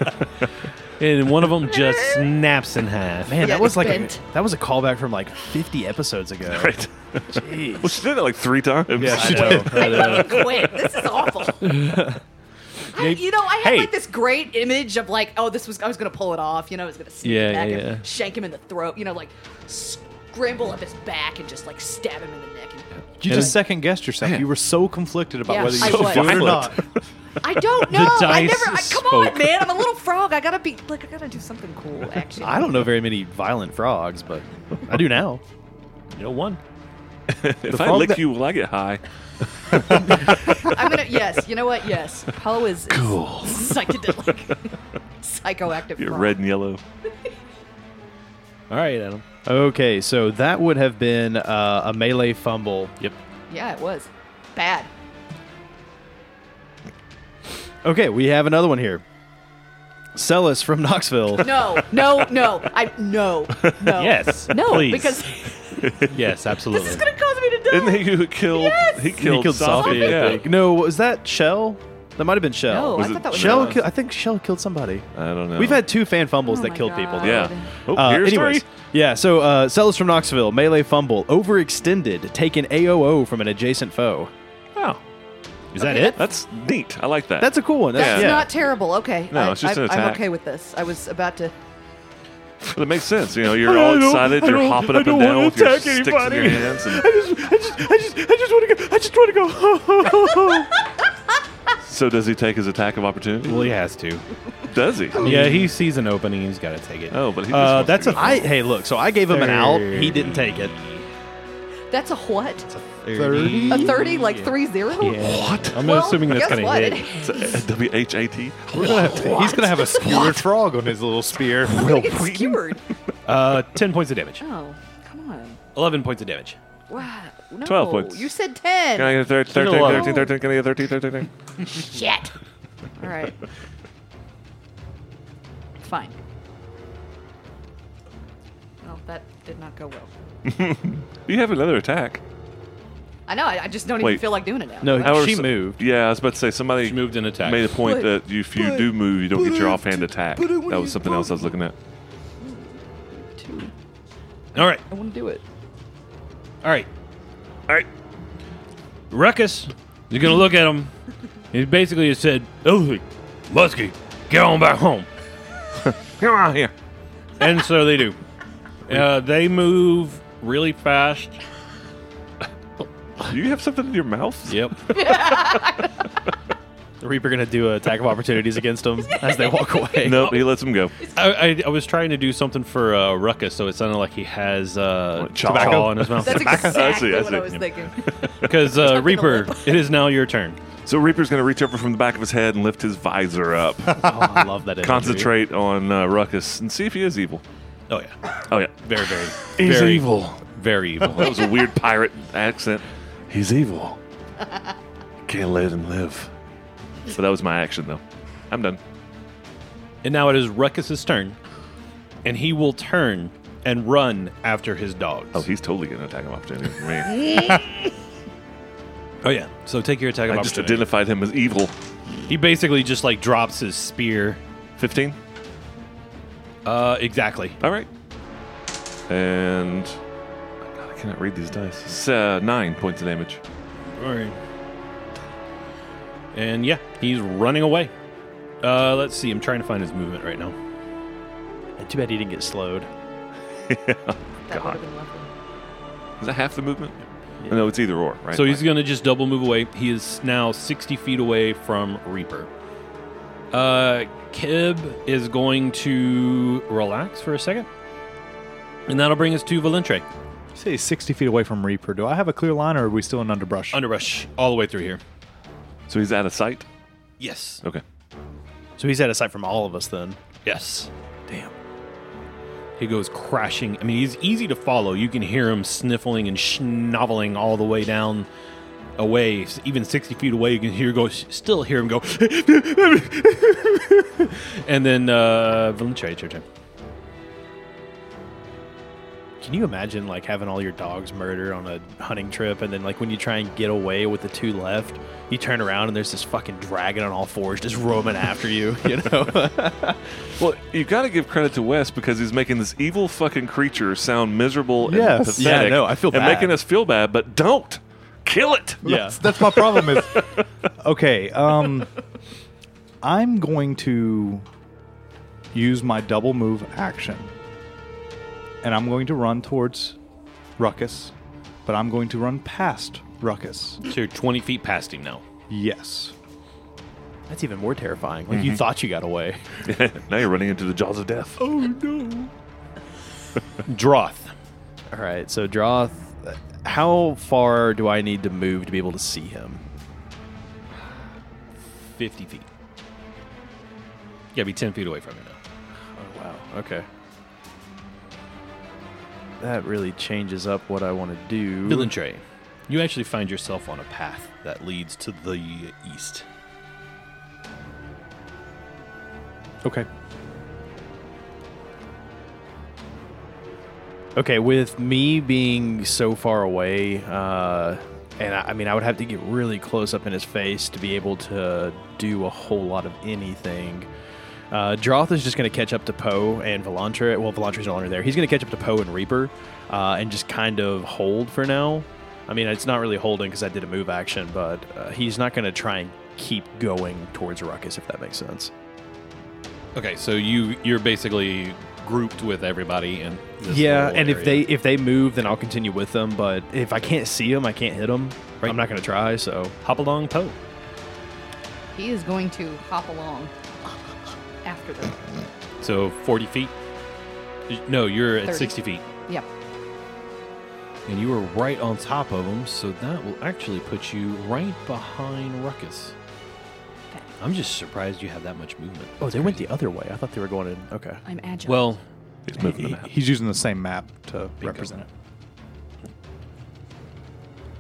Speaker 1: and one of them just snaps in half.
Speaker 5: Man,
Speaker 4: Yeah,
Speaker 5: that was
Speaker 4: it's
Speaker 5: like a,
Speaker 4: bent.
Speaker 5: that was a callback from like 50 episodes ago.
Speaker 3: Right. Well, she did it like three times.
Speaker 5: Yeah,
Speaker 3: she
Speaker 5: I know. I know.
Speaker 4: fucking quit. This is awful. I, you know, I had
Speaker 5: Hey.
Speaker 4: like this great image of like, oh, this was I was gonna pull it off. You know, I was gonna sneak
Speaker 1: Yeah,
Speaker 4: back
Speaker 1: yeah,
Speaker 4: and
Speaker 1: yeah.
Speaker 4: shank him in the throat. You know, like scramble up his back and just like stab him in the neck. And,
Speaker 6: You just second guessed yourself. You were so conflicted about
Speaker 4: Yeah,
Speaker 6: whether you
Speaker 4: I
Speaker 6: should
Speaker 4: was.
Speaker 6: do it or not.
Speaker 4: I don't know. I
Speaker 1: dice
Speaker 4: never. I, come
Speaker 1: spoke.
Speaker 4: on, man. I'm a little frog. I gotta be like, I gotta do something cool. Actually,
Speaker 5: I don't know very many violent frogs, but I do now.
Speaker 1: You know, one.
Speaker 3: if I
Speaker 5: frog
Speaker 3: lick
Speaker 5: that-
Speaker 3: you, will I get high?
Speaker 4: I'm gonna. Yes. You know what? Yes. Poe is cool. Psychedelic. Psychoactive.
Speaker 3: You're
Speaker 4: frog.
Speaker 3: red and yellow.
Speaker 1: All right, Adam.
Speaker 5: Okay, so that would have been uh, a melee fumble.
Speaker 1: Yep.
Speaker 4: Yeah, it was bad.
Speaker 5: Okay, we have another one here. Celis from Knoxville.
Speaker 4: No, no, no. I no, no.
Speaker 1: Yes.
Speaker 4: No,
Speaker 1: please.
Speaker 4: because
Speaker 1: yes, absolutely.
Speaker 4: this is gonna cause me to die.
Speaker 3: Isn't he who killed?
Speaker 4: Yes!
Speaker 3: He killed,
Speaker 5: he killed Sophie, I
Speaker 3: Yeah.
Speaker 5: think. No, was that Shell? That might have been Shell.
Speaker 4: no,
Speaker 3: Was
Speaker 4: I
Speaker 3: it
Speaker 4: thought that was
Speaker 5: Shell.
Speaker 4: gross.
Speaker 5: Kill, I think Shell killed somebody.
Speaker 3: I don't know.
Speaker 5: We've had two fan fumbles
Speaker 4: Oh
Speaker 5: that
Speaker 4: my
Speaker 5: killed people.
Speaker 4: God.
Speaker 5: though.
Speaker 3: Yeah. Oh,
Speaker 5: Uh,
Speaker 3: here's
Speaker 5: anyways,
Speaker 3: three.
Speaker 5: yeah. So uh, Celis from Knoxville, melee fumble, overextended, take an AOO from an adjacent foe.
Speaker 3: Oh,
Speaker 1: is that it?
Speaker 3: that's neat. I like that.
Speaker 5: That's a cool one. That's,
Speaker 4: That's
Speaker 5: yeah.
Speaker 4: not terrible. Okay.
Speaker 3: No,
Speaker 4: I,
Speaker 3: it's just
Speaker 4: I,
Speaker 3: an
Speaker 4: I'm
Speaker 3: attack.
Speaker 4: okay with this. I was about to.
Speaker 3: That makes sense. You know, you're all excited. You're hopping up and down with your sticks in your hands. And I just, I just, I just, I just want to go. I just want to go. so does he take his attack of opportunity?
Speaker 1: Well, he has to.
Speaker 3: Does he?
Speaker 1: Yeah, he sees an opening. He's got to take it.
Speaker 3: Oh, but he just
Speaker 1: uh,
Speaker 3: wants
Speaker 1: that's
Speaker 3: to
Speaker 1: a
Speaker 3: go.
Speaker 5: I hey look. So I gave him an out. He didn't take it.
Speaker 4: That's a what?
Speaker 1: thirty.
Speaker 4: A thirty, like three zero.
Speaker 1: What? I'm
Speaker 4: Well,
Speaker 1: assuming that's
Speaker 4: guess
Speaker 1: gonna
Speaker 4: what?
Speaker 1: hit.
Speaker 3: W H A T.
Speaker 6: We're gonna have to- he's gonna have a skewered frog on his little spear.
Speaker 4: Well, get skewered.
Speaker 1: Uh, ten points of damage.
Speaker 4: Oh, come on.
Speaker 1: Eleven points of damage.
Speaker 4: Wow. No,
Speaker 3: 12 points.
Speaker 4: You said ten.
Speaker 3: Can I get a thir-
Speaker 1: a
Speaker 3: 13,
Speaker 1: lot.
Speaker 3: 13, 13? Can I get 13, 13, 13?
Speaker 2: Shit.
Speaker 4: All right. Fine. Well, that did not go well.
Speaker 3: You have another attack.
Speaker 4: I know. I, I just don't
Speaker 3: Wait.
Speaker 4: even feel like doing it now.
Speaker 5: No,
Speaker 4: Well,
Speaker 3: However,
Speaker 5: she
Speaker 3: so-
Speaker 5: moved.
Speaker 3: Yeah, I was about to say somebody
Speaker 1: She moved an attack.
Speaker 3: made a point
Speaker 4: But-
Speaker 3: that you, if you
Speaker 4: but-
Speaker 3: do move, you don't get your
Speaker 4: but I-
Speaker 3: offhand attack.
Speaker 4: but I want
Speaker 3: That was
Speaker 4: you
Speaker 3: something else I was looking at.
Speaker 4: two.
Speaker 1: All right.
Speaker 4: I want to do it.
Speaker 1: All right. All right. Ruckus is going to look at him. He basically just said, Elsie, Lusky, get on back home.
Speaker 3: Come on here.
Speaker 1: And so they do. Uh, they move really fast.
Speaker 3: Do you have something in your mouth?
Speaker 1: Yep.
Speaker 5: The Reaper gonna do an attack of opportunities against him as they walk away.
Speaker 3: No, he lets him go.
Speaker 1: I, I, I was trying to do something for uh, Ruckus, so it sounded like he has uh,
Speaker 3: What, chaw?
Speaker 1: tobacco in his mouth.
Speaker 4: That's exactly
Speaker 3: I see, I
Speaker 4: what I
Speaker 3: see.
Speaker 4: was thinking.
Speaker 1: Because uh, Reaper, it is now your turn.
Speaker 3: So Reaper's going to reach over from the back of his head and lift his visor up.
Speaker 5: Oh, I love that. imagery.
Speaker 3: Concentrate on uh, Ruckus and see if he is evil.
Speaker 1: Oh, yeah.
Speaker 3: Oh, yeah.
Speaker 1: Very, very. He's very, evil. Very evil.
Speaker 3: That was a weird pirate accent. He's evil. Can't let him live. So that was my action, though. I'm done.
Speaker 1: And now it is Ruckus's turn, and he will turn and run after his dogs.
Speaker 3: Oh, he's totally getting an attack of opportunity from me.
Speaker 1: Oh yeah. So take your attack of
Speaker 3: I just
Speaker 1: opportunity.
Speaker 3: identified him as evil.
Speaker 1: He basically just like drops his spear.
Speaker 3: 15?
Speaker 1: Uh, exactly.
Speaker 3: All right. And. God, I cannot read these dice. It's, uh, nine points of damage.
Speaker 1: All right. And yeah, he's running away. Uh, let's see. I'm trying to find his movement right now.
Speaker 5: Too bad he didn't get slowed.
Speaker 4: That would
Speaker 3: God.
Speaker 4: have been lovely.
Speaker 3: Is that half the movement? No, it's either or, right?
Speaker 1: So he's
Speaker 3: Like-
Speaker 1: going to just double move away. He is now 60 feet away from Reaper. Uh, Kib is going to relax for a second. And that'll bring us to Valentre.
Speaker 6: You say 60 feet away from Reaper. Do I have a clear line or are we still in underbrush?
Speaker 1: Underbrush all the way through here.
Speaker 3: So he's out of sight?
Speaker 1: Yes.
Speaker 3: Okay.
Speaker 5: So he's out of sight from all of us then.
Speaker 1: Yes. Damn. He goes crashing. I mean, he's easy to follow. You can hear him sniffling and schnoveling all the way down away, S- even 60 feet away. You can hear go, still hear him go. and then, uh, Valentre, it's your turn.
Speaker 5: Can you imagine like having all your dogs murdered on a hunting trip and then like when you try and get away with the two left, you turn around and there's this fucking dragon on all fours just roaming after you, you know?
Speaker 3: Well, you got to give credit to Wes because he's making this evil fucking creature sound miserable and
Speaker 6: Yes.
Speaker 3: pathetic.
Speaker 5: Yeah, I know. I feel
Speaker 3: and
Speaker 5: bad.
Speaker 3: making us feel bad, but don't kill it.
Speaker 5: yeah.
Speaker 6: That's my problem is Okay, um I'm going to use my double move action. And I'm going to run towards Ruckus, but I'm going to run past Ruckus.
Speaker 1: So you're 20 feet past him now.
Speaker 6: Yes.
Speaker 5: That's even more terrifying. Like
Speaker 1: Hmm. Mm-hmm.
Speaker 5: you thought you got away.
Speaker 3: now you're running into the jaws of death. Oh.
Speaker 1: Droth.
Speaker 5: All right, so Droth, how far do I need to move to be able to see him?
Speaker 1: 50 feet. You gotta be 10 feet away from him now.
Speaker 5: Oh, wow. Okay. That really changes up what I want to do.
Speaker 1: Villaintre, you actually find yourself on a path that leads to the east.
Speaker 6: Okay.
Speaker 5: Okay, with me being so far away, uh, and I, I mean, I would have to get really close up in his face to be able to do a whole lot of anything. Uh, Droth is just going to catch up to Poe and Volantra. Well, Volantra's no longer there. He's going to catch up to Poe and Reaper uh, and just kind of hold for now. I mean, it's not really holding because I did a move action, but uh, he's not going to try and keep going towards Ruckus, if that makes sense.
Speaker 1: Okay, so you you're basically grouped with everybody and
Speaker 5: yeah, and if they if they move, then I'll continue with them. But if I can't see them, I can't hit them.
Speaker 1: Right.
Speaker 5: I'm not going to try. So
Speaker 1: hop along Poe.
Speaker 4: He is going to hop along after them.
Speaker 1: So 40 feet. No, you're at
Speaker 4: 30.
Speaker 1: 60 feet.
Speaker 4: Yep.
Speaker 1: And you were right on top of them, so that will actually put you right behind Ruckus. I'm just surprised you have that much movement.
Speaker 5: oh, they went the other way. I thought they were going in. Okay,
Speaker 4: I'm agile.
Speaker 1: Well,
Speaker 3: He's moving the
Speaker 6: He-
Speaker 3: map.
Speaker 6: he's using the same map to represent it.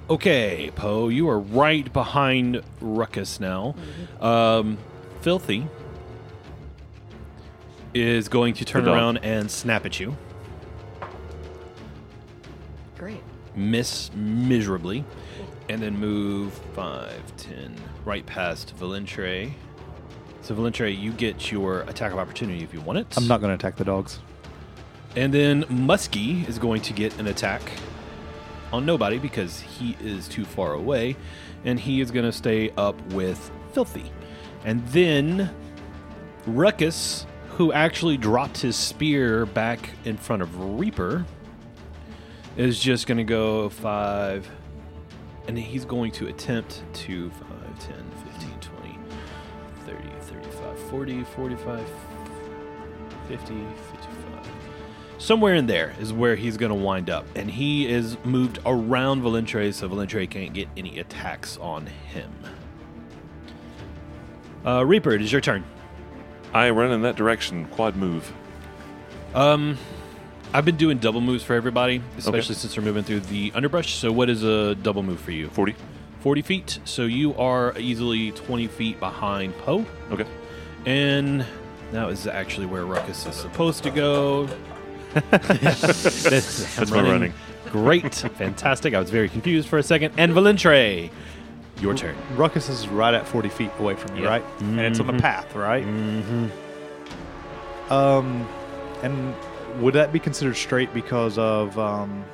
Speaker 1: okay, Poe, you are right behind Ruckus now. Um, Filthy is going to turn
Speaker 3: The dog.
Speaker 1: around and snap at you.
Speaker 4: great.
Speaker 1: miss miserably, and then move 5, 10, right past Valentre. So, Valentre, you get your attack of opportunity if you want it.
Speaker 6: I'm not going to attack the dogs.
Speaker 1: And then Muskie is going to get an attack on nobody because he is too far away, and he is going to stay up with Filthy. And then Ruckus, who actually dropped his spear back in front of Reaper, is just going to go 5, and he's going to attempt to 5, 10, 15, 20, 30, 35, 40, 45, 50, 55 somewhere in there is where he's going to wind up. And he is moved around Valentre, so Valentre can't get any attacks on him. Uh, Reaper, it is your turn.
Speaker 3: I run in that direction. Quad move.
Speaker 1: I've been doing double moves for everybody, especially since we're moving through the underbrush. So, what is a double move for you?
Speaker 3: 40.
Speaker 1: 40 feet. So, you are easily 20 feet behind Poe.
Speaker 3: Okay.
Speaker 1: And that was actually where Ruckus is supposed to go. That's
Speaker 3: That's my running.
Speaker 1: Great. Fantastic. I was very confused for a second. And Valentre, your turn.
Speaker 6: Ruckus is right at 40 feet away from you,
Speaker 1: Yeah.
Speaker 6: right? And it's on the path, right? Mm-hmm.
Speaker 5: Mm-hmm.
Speaker 6: Um, and would that be considered straight because of um,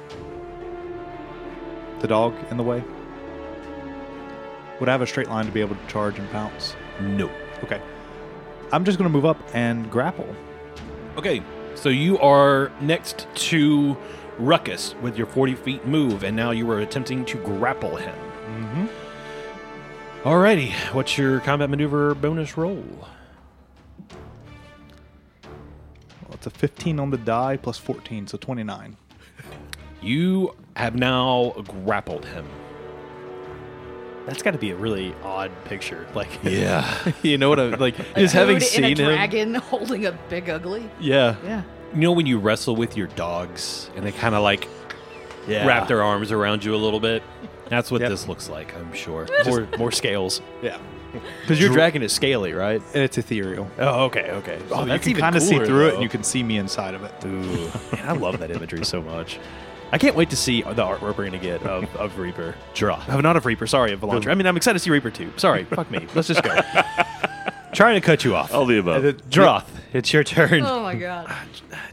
Speaker 6: the dog in the way? Would I have a straight line to be able to charge and pounce?
Speaker 1: No.
Speaker 6: Okay. I'm just going to move up and grapple.
Speaker 1: Okay. So you are next to Ruckus with your 40 feet move, and now you are attempting to grapple him. Mm-hmm. Alrighty, what's your combat maneuver bonus roll?
Speaker 6: Well, it's a 15 on the die plus 14, so 29.
Speaker 1: You have now grappled him.
Speaker 5: That's got to be a really odd picture. Like,
Speaker 1: Yeah.
Speaker 5: you know what I'm like? Just having
Speaker 4: Dude in
Speaker 5: seen
Speaker 4: a
Speaker 5: him.
Speaker 4: dragon holding a big ugly.
Speaker 5: Yeah.
Speaker 4: Yeah.
Speaker 1: You know when you wrestle with your dogs and they kind of like
Speaker 5: Yeah.
Speaker 1: wrap their arms around you a little bit? That's what
Speaker 5: Yep.
Speaker 1: this looks like, I'm sure.
Speaker 5: more more scales.
Speaker 6: Yeah.
Speaker 5: Because your dragon is scaly, right?
Speaker 6: It's ethereal.
Speaker 5: Oh, okay, okay. So
Speaker 6: you
Speaker 5: that's
Speaker 6: can
Speaker 5: even
Speaker 6: kind of see
Speaker 5: cooler,
Speaker 6: through it
Speaker 5: though.
Speaker 6: and you can see me inside of it.
Speaker 5: Ooh, man, I love that imagery so much. I can't wait to see the art we're going to get of, of Reaper.
Speaker 1: Draw.
Speaker 5: Oh, not of Reaper, sorry, of Volantra. I mean, I'm excited to see Reaper too. Sorry, fuck me. Let's just go.
Speaker 1: Trying to cut you off.
Speaker 3: All the above.
Speaker 5: Droth, it's your turn.
Speaker 4: Oh my god.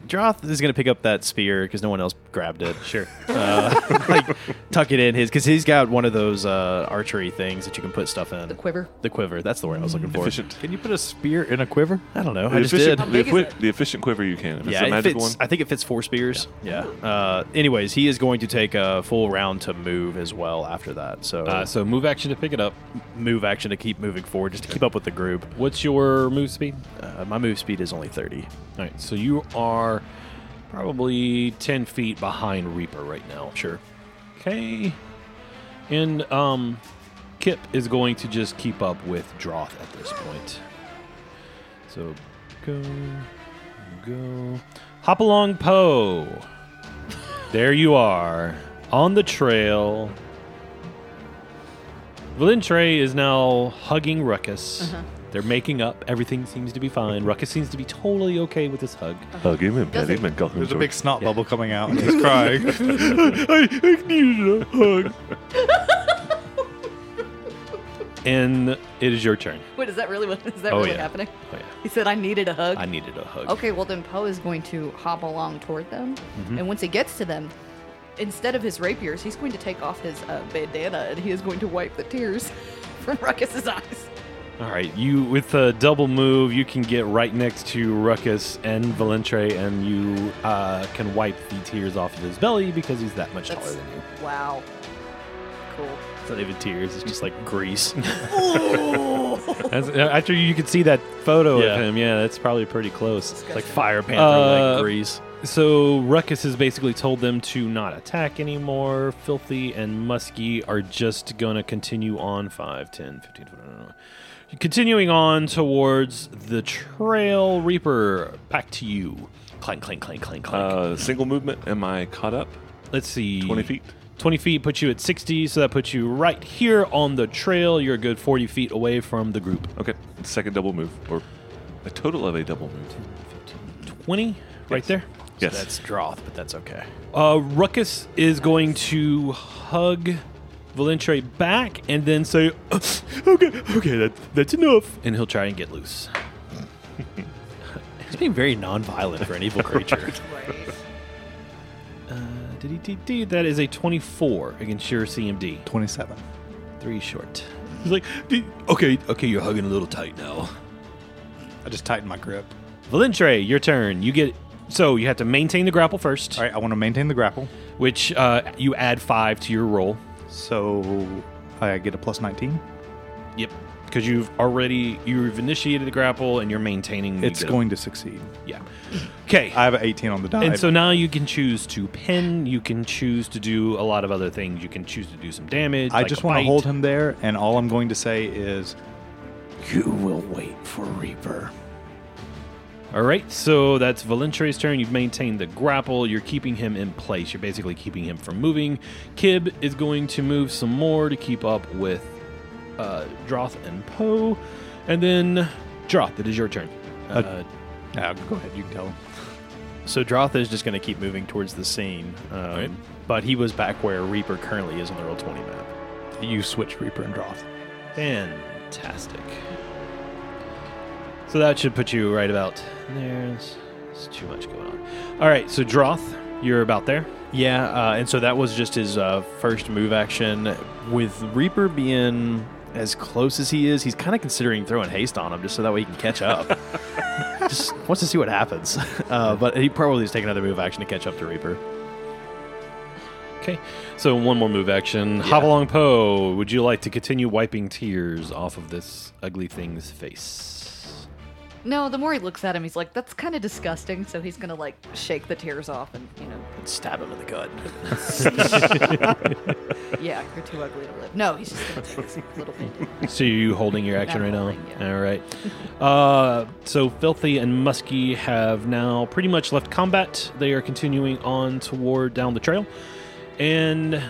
Speaker 5: Droth is going to pick up that spear because no one else grabbed it. Sure. Uh, like, tuck it in his, because he's got one of those uh, archery things that you can put stuff in.
Speaker 4: The quiver.
Speaker 5: The quiver. That's the word I was looking for.
Speaker 3: Efficient.
Speaker 6: Can you put a spear in a quiver?
Speaker 5: I don't know.
Speaker 3: The
Speaker 5: I just
Speaker 3: efficient,
Speaker 5: did.
Speaker 4: How
Speaker 3: The,
Speaker 4: big is
Speaker 3: equi-
Speaker 4: it?
Speaker 3: the efficient quiver you can. If it's
Speaker 5: Yeah,
Speaker 3: a
Speaker 5: it
Speaker 3: magic
Speaker 5: fits,
Speaker 3: one.
Speaker 5: I think it fits four spears. Yeah. Uh, anyways, he is going to take a full round to move as well after that. So
Speaker 1: Uh, so move action to pick it up.
Speaker 5: move action to keep moving forward, just to keep up with the group.
Speaker 1: What's your move speed?
Speaker 5: Uh, my move speed is only thirty.
Speaker 1: All right, so you are probably 10 feet behind Reaper right now.
Speaker 5: Sure.
Speaker 1: Okay. And um, Kip is going to just keep up with Droth at this point. So go, go. Hop along, Poe. There you are on the trail. Valentre is now hugging Ruckus. They're making up. Everything seems to be fine. Ruckus seems to be totally okay with this hug.
Speaker 3: Hug him and pet
Speaker 4: Doesn't-
Speaker 3: him and cuddle him
Speaker 6: There's Uh, a
Speaker 3: to
Speaker 6: big
Speaker 3: him.
Speaker 6: snot bubble coming out and he's crying.
Speaker 3: I, I needed a hug.
Speaker 1: And it is your turn.
Speaker 4: Wait, is that really what is that
Speaker 1: Oh,
Speaker 4: really
Speaker 1: yeah.
Speaker 4: happening?
Speaker 1: Oh, yeah.
Speaker 4: He said I needed a hug.
Speaker 1: I needed a hug.
Speaker 4: Okay, well then Poe is going to hop along toward them, and once he gets to them, instead of his rapiers, he's going to take off his uh, bandana and he is going to wipe the tears from Ruckus's eyes.
Speaker 1: All right, you with a double move, you can get right next to Ruckus and Valentre, and you uh, can wipe the tears off of his belly because he's that much
Speaker 4: That's
Speaker 1: taller than you.
Speaker 4: wow, cool.
Speaker 5: It's not even tears. It's just like grease.
Speaker 1: That's, uh, after you could see that photo
Speaker 5: Yeah.
Speaker 1: of him, yeah, that's probably pretty close.
Speaker 5: like fire panther
Speaker 1: Uh,
Speaker 5: like grease.
Speaker 1: So Ruckus has basically told them to not attack anymore. Filthy and Musky are just going to continue on 5, 10, 15, 20, no, no, no. Continuing on towards the Trail Reaper. Back to you. Clank, clank, clank, clank, clank.
Speaker 3: Uh, single movement. Am I caught up?
Speaker 1: Let's see.
Speaker 3: 20 feet.
Speaker 1: 20 feet puts you at 60, so that puts you right here on the trail. You're a good 40 feet away from the group.
Speaker 3: Okay. Second double move, or a total of a double move.
Speaker 1: 20, right there.
Speaker 3: Yes.
Speaker 5: That's Droth, but that's okay.
Speaker 1: Uh, Ruckus is going to hug Valentre back and then say, okay, okay, that, that's enough. And he'll try and get loose.
Speaker 5: He's being very nonviolent for an evil creature.
Speaker 1: Uh, DDDD, that is a 24 against your CMD.
Speaker 6: 27.
Speaker 1: Three short. He's like, "D- okay, okay, you're hugging a little tight now.
Speaker 6: I just tightened my grip.
Speaker 1: Valentre, your turn. You get. So you have to maintain the grapple first.
Speaker 6: All right, I want to maintain the grapple.
Speaker 1: which uh, you add five to your roll.
Speaker 6: So I get a plus 19.
Speaker 1: Yep. Because you've already you've initiated the grapple and you're maintaining. you
Speaker 6: It's
Speaker 1: get a-
Speaker 6: going to succeed.
Speaker 1: Yeah. Okay.
Speaker 6: I have an 18 on the die.
Speaker 1: and so now you can choose to pin. You can choose to do a lot of other things. You can choose to do some damage.
Speaker 6: I
Speaker 1: like
Speaker 6: just
Speaker 1: a
Speaker 6: want to
Speaker 1: bite.
Speaker 6: hold him there, and all I'm going to say is
Speaker 7: You will wait for Reaper.
Speaker 1: All right. So that's Valentre's turn. You've maintained the grapple. You're keeping him in place. You're basically keeping him from moving. Kib is going to move some more to keep up with uh, Droth and Poe, and then Droth. It is your turn.
Speaker 5: Uh,
Speaker 6: Yeah, go ahead. You can tell him.
Speaker 5: So Droth is just going to keep moving towards the scene, um,
Speaker 1: Alright.
Speaker 5: but he was back where Reaper currently is on the roll twenty map.
Speaker 6: You switch Reaper and Droth.
Speaker 1: Fantastic. So that should put you right about there's, there's too much going on. All right, so Droth, you're about there.
Speaker 5: Yeah, uh, and so that was just his uh, first move action. With Reaper being as close as he is, he's kind of considering throwing haste on him just so that way he can catch up. just wants to see what happens. Uh, but he probably is taking another move action to catch up to Reaper.
Speaker 1: Okay, so one more move action. Hopalong Poe, would you like to continue wiping tears off of this ugly thing's face?
Speaker 4: No, the more he looks at him, he's like, that's kind of disgusting. So he's going to like shake the tears off and, you know,
Speaker 5: And stab him in the gut.
Speaker 4: yeah, you're too ugly to live. No, he's just going to take this little bit.
Speaker 1: So you holding your action
Speaker 4: I'm
Speaker 1: right
Speaker 4: holding,
Speaker 1: now?
Speaker 4: yeah.
Speaker 1: All right. Uh, so Filthy and Muskie have now pretty much left combat. They are continuing on toward down the trail. And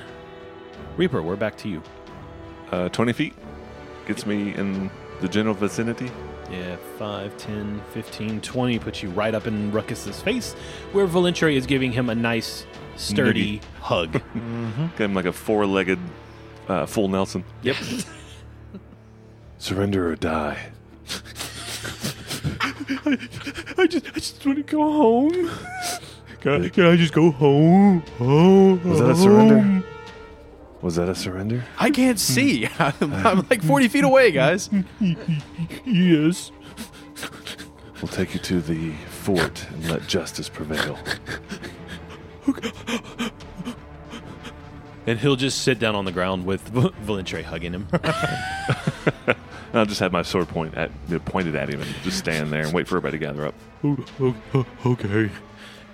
Speaker 1: Reaper, we're back to you.
Speaker 3: Uh, 20 feet gets me in the general vicinity.
Speaker 1: Yeah, 5, 10, 15, 20 puts you right up in Ruckus's face, where Valentre is giving him a nice, sturdy hug.
Speaker 3: Got him like a four legged uh, full Nelson.
Speaker 1: Yep.
Speaker 3: Surrender or die. I, I just I just want to go home. Can I, can I just go home? home? Was that a surrender? Was that a surrender?
Speaker 5: I can't see. I'm, I'm like 40 feet away, guys.
Speaker 1: yes.
Speaker 3: We'll take you to the fort and let justice prevail.
Speaker 1: And he'll just sit down on the ground with Valentre hugging him.
Speaker 3: And I'll just have my sword point at pointed at him and just stand there and wait for everybody to gather up.
Speaker 1: okay.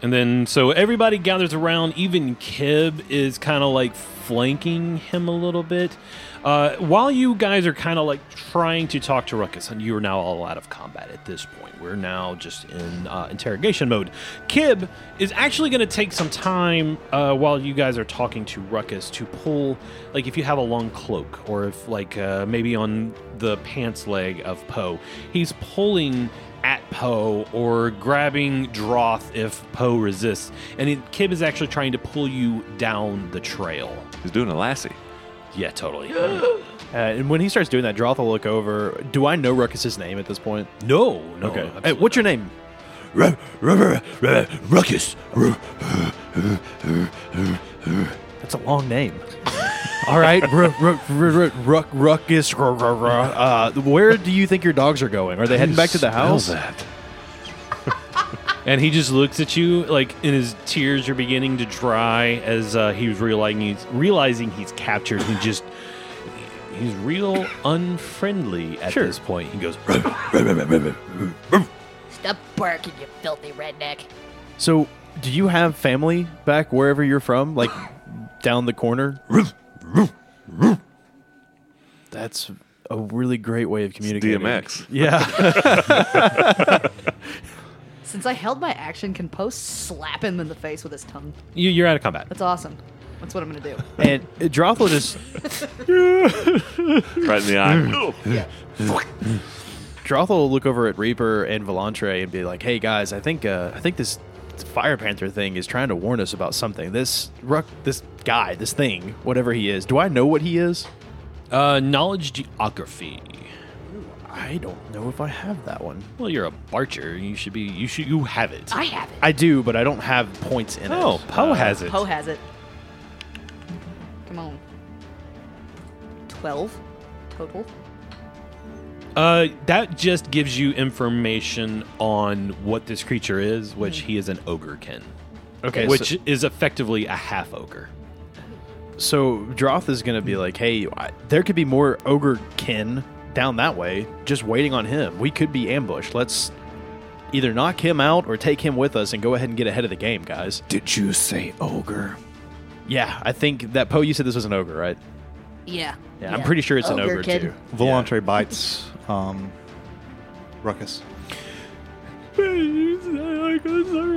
Speaker 1: And then, so everybody gathers around. Even Kib is kind of like flanking him a little bit. Uh, while you guys are kind of like trying to talk to Ruckus, and you are now all out of combat at this point. We're now just in uh, interrogation mode. Kib is actually going to take some time uh, while you guys are talking to Ruckus to pull, like, if you have a long cloak, or if, like, uh, maybe on the pants leg of Poe, he's pulling at Poe or grabbing Droth if Poe resists. And it, Kib is actually trying to pull you down the trail.
Speaker 3: He's doing a lassie.
Speaker 1: Yeah, totally.
Speaker 5: Uh, and when he starts doing that, Droth will look over. Do I know Ruckus's name at this point?
Speaker 1: no, no.
Speaker 5: Okay.
Speaker 1: absolutely
Speaker 5: Hey, what's your name?
Speaker 7: Ruckus.
Speaker 5: That's a long name. All right, r- r- r- r- ruck, ruckus. r- r- r- Uh, where do you think your dogs are going? Are they heading back to the house?
Speaker 3: that.
Speaker 1: And he just looks at you, like, and his tears are beginning to dry as uh, he's realizing he's realizing he's captured. He just he's real unfriendly at
Speaker 5: Sure.
Speaker 1: this point. He goes,
Speaker 2: Stop barking, you filthy redneck.
Speaker 5: So, do you have family back wherever you're from, like down the corner? That's a really great way of communicating.
Speaker 3: DMX.
Speaker 5: Yeah.
Speaker 4: Since I held my action, can Post slap him in the face with his tongue?
Speaker 1: you, "You're out of combat."
Speaker 4: That's awesome. That's what I'm going to do.
Speaker 5: and Droth will just
Speaker 3: Right in the eye.
Speaker 5: Droth will look over at Reaper and Volantre and be like, "Hey guys, I think uh, I think this Fire Panther thing is trying to warn us about something. This ruck, this guy, this thing, whatever he is. Do I know what he is?
Speaker 1: Uh, knowledge geography.
Speaker 5: I don't know if I have that one.
Speaker 1: Well, you're a barcher. You should be. You should. You have it.
Speaker 4: I have it.
Speaker 5: I do, but I don't have points in it.
Speaker 1: oh, Poe
Speaker 5: Uh,
Speaker 1: has it.
Speaker 4: Poe has it. Come on. 12 total.
Speaker 1: Uh, that just gives you information on what this creature is, which he is an ogrekin,
Speaker 5: Okay,
Speaker 1: which
Speaker 5: so-
Speaker 1: is effectively a half ogre.
Speaker 5: So Droth is going to be like, hey, I- there could be more ogre kin down that way, just waiting on him. We could be ambushed. Let's either knock him out or take him with us and go ahead and get ahead of the game, guys.
Speaker 7: Did you say ogre?
Speaker 5: Yeah, I think that Poe, you said this was an ogre, right?
Speaker 2: Yeah.
Speaker 5: Yeah, I'm pretty sure it's an
Speaker 4: Oh,
Speaker 2: Ogre
Speaker 5: ogre
Speaker 2: kid.
Speaker 5: too.
Speaker 6: Volantre bites um, Ruckus.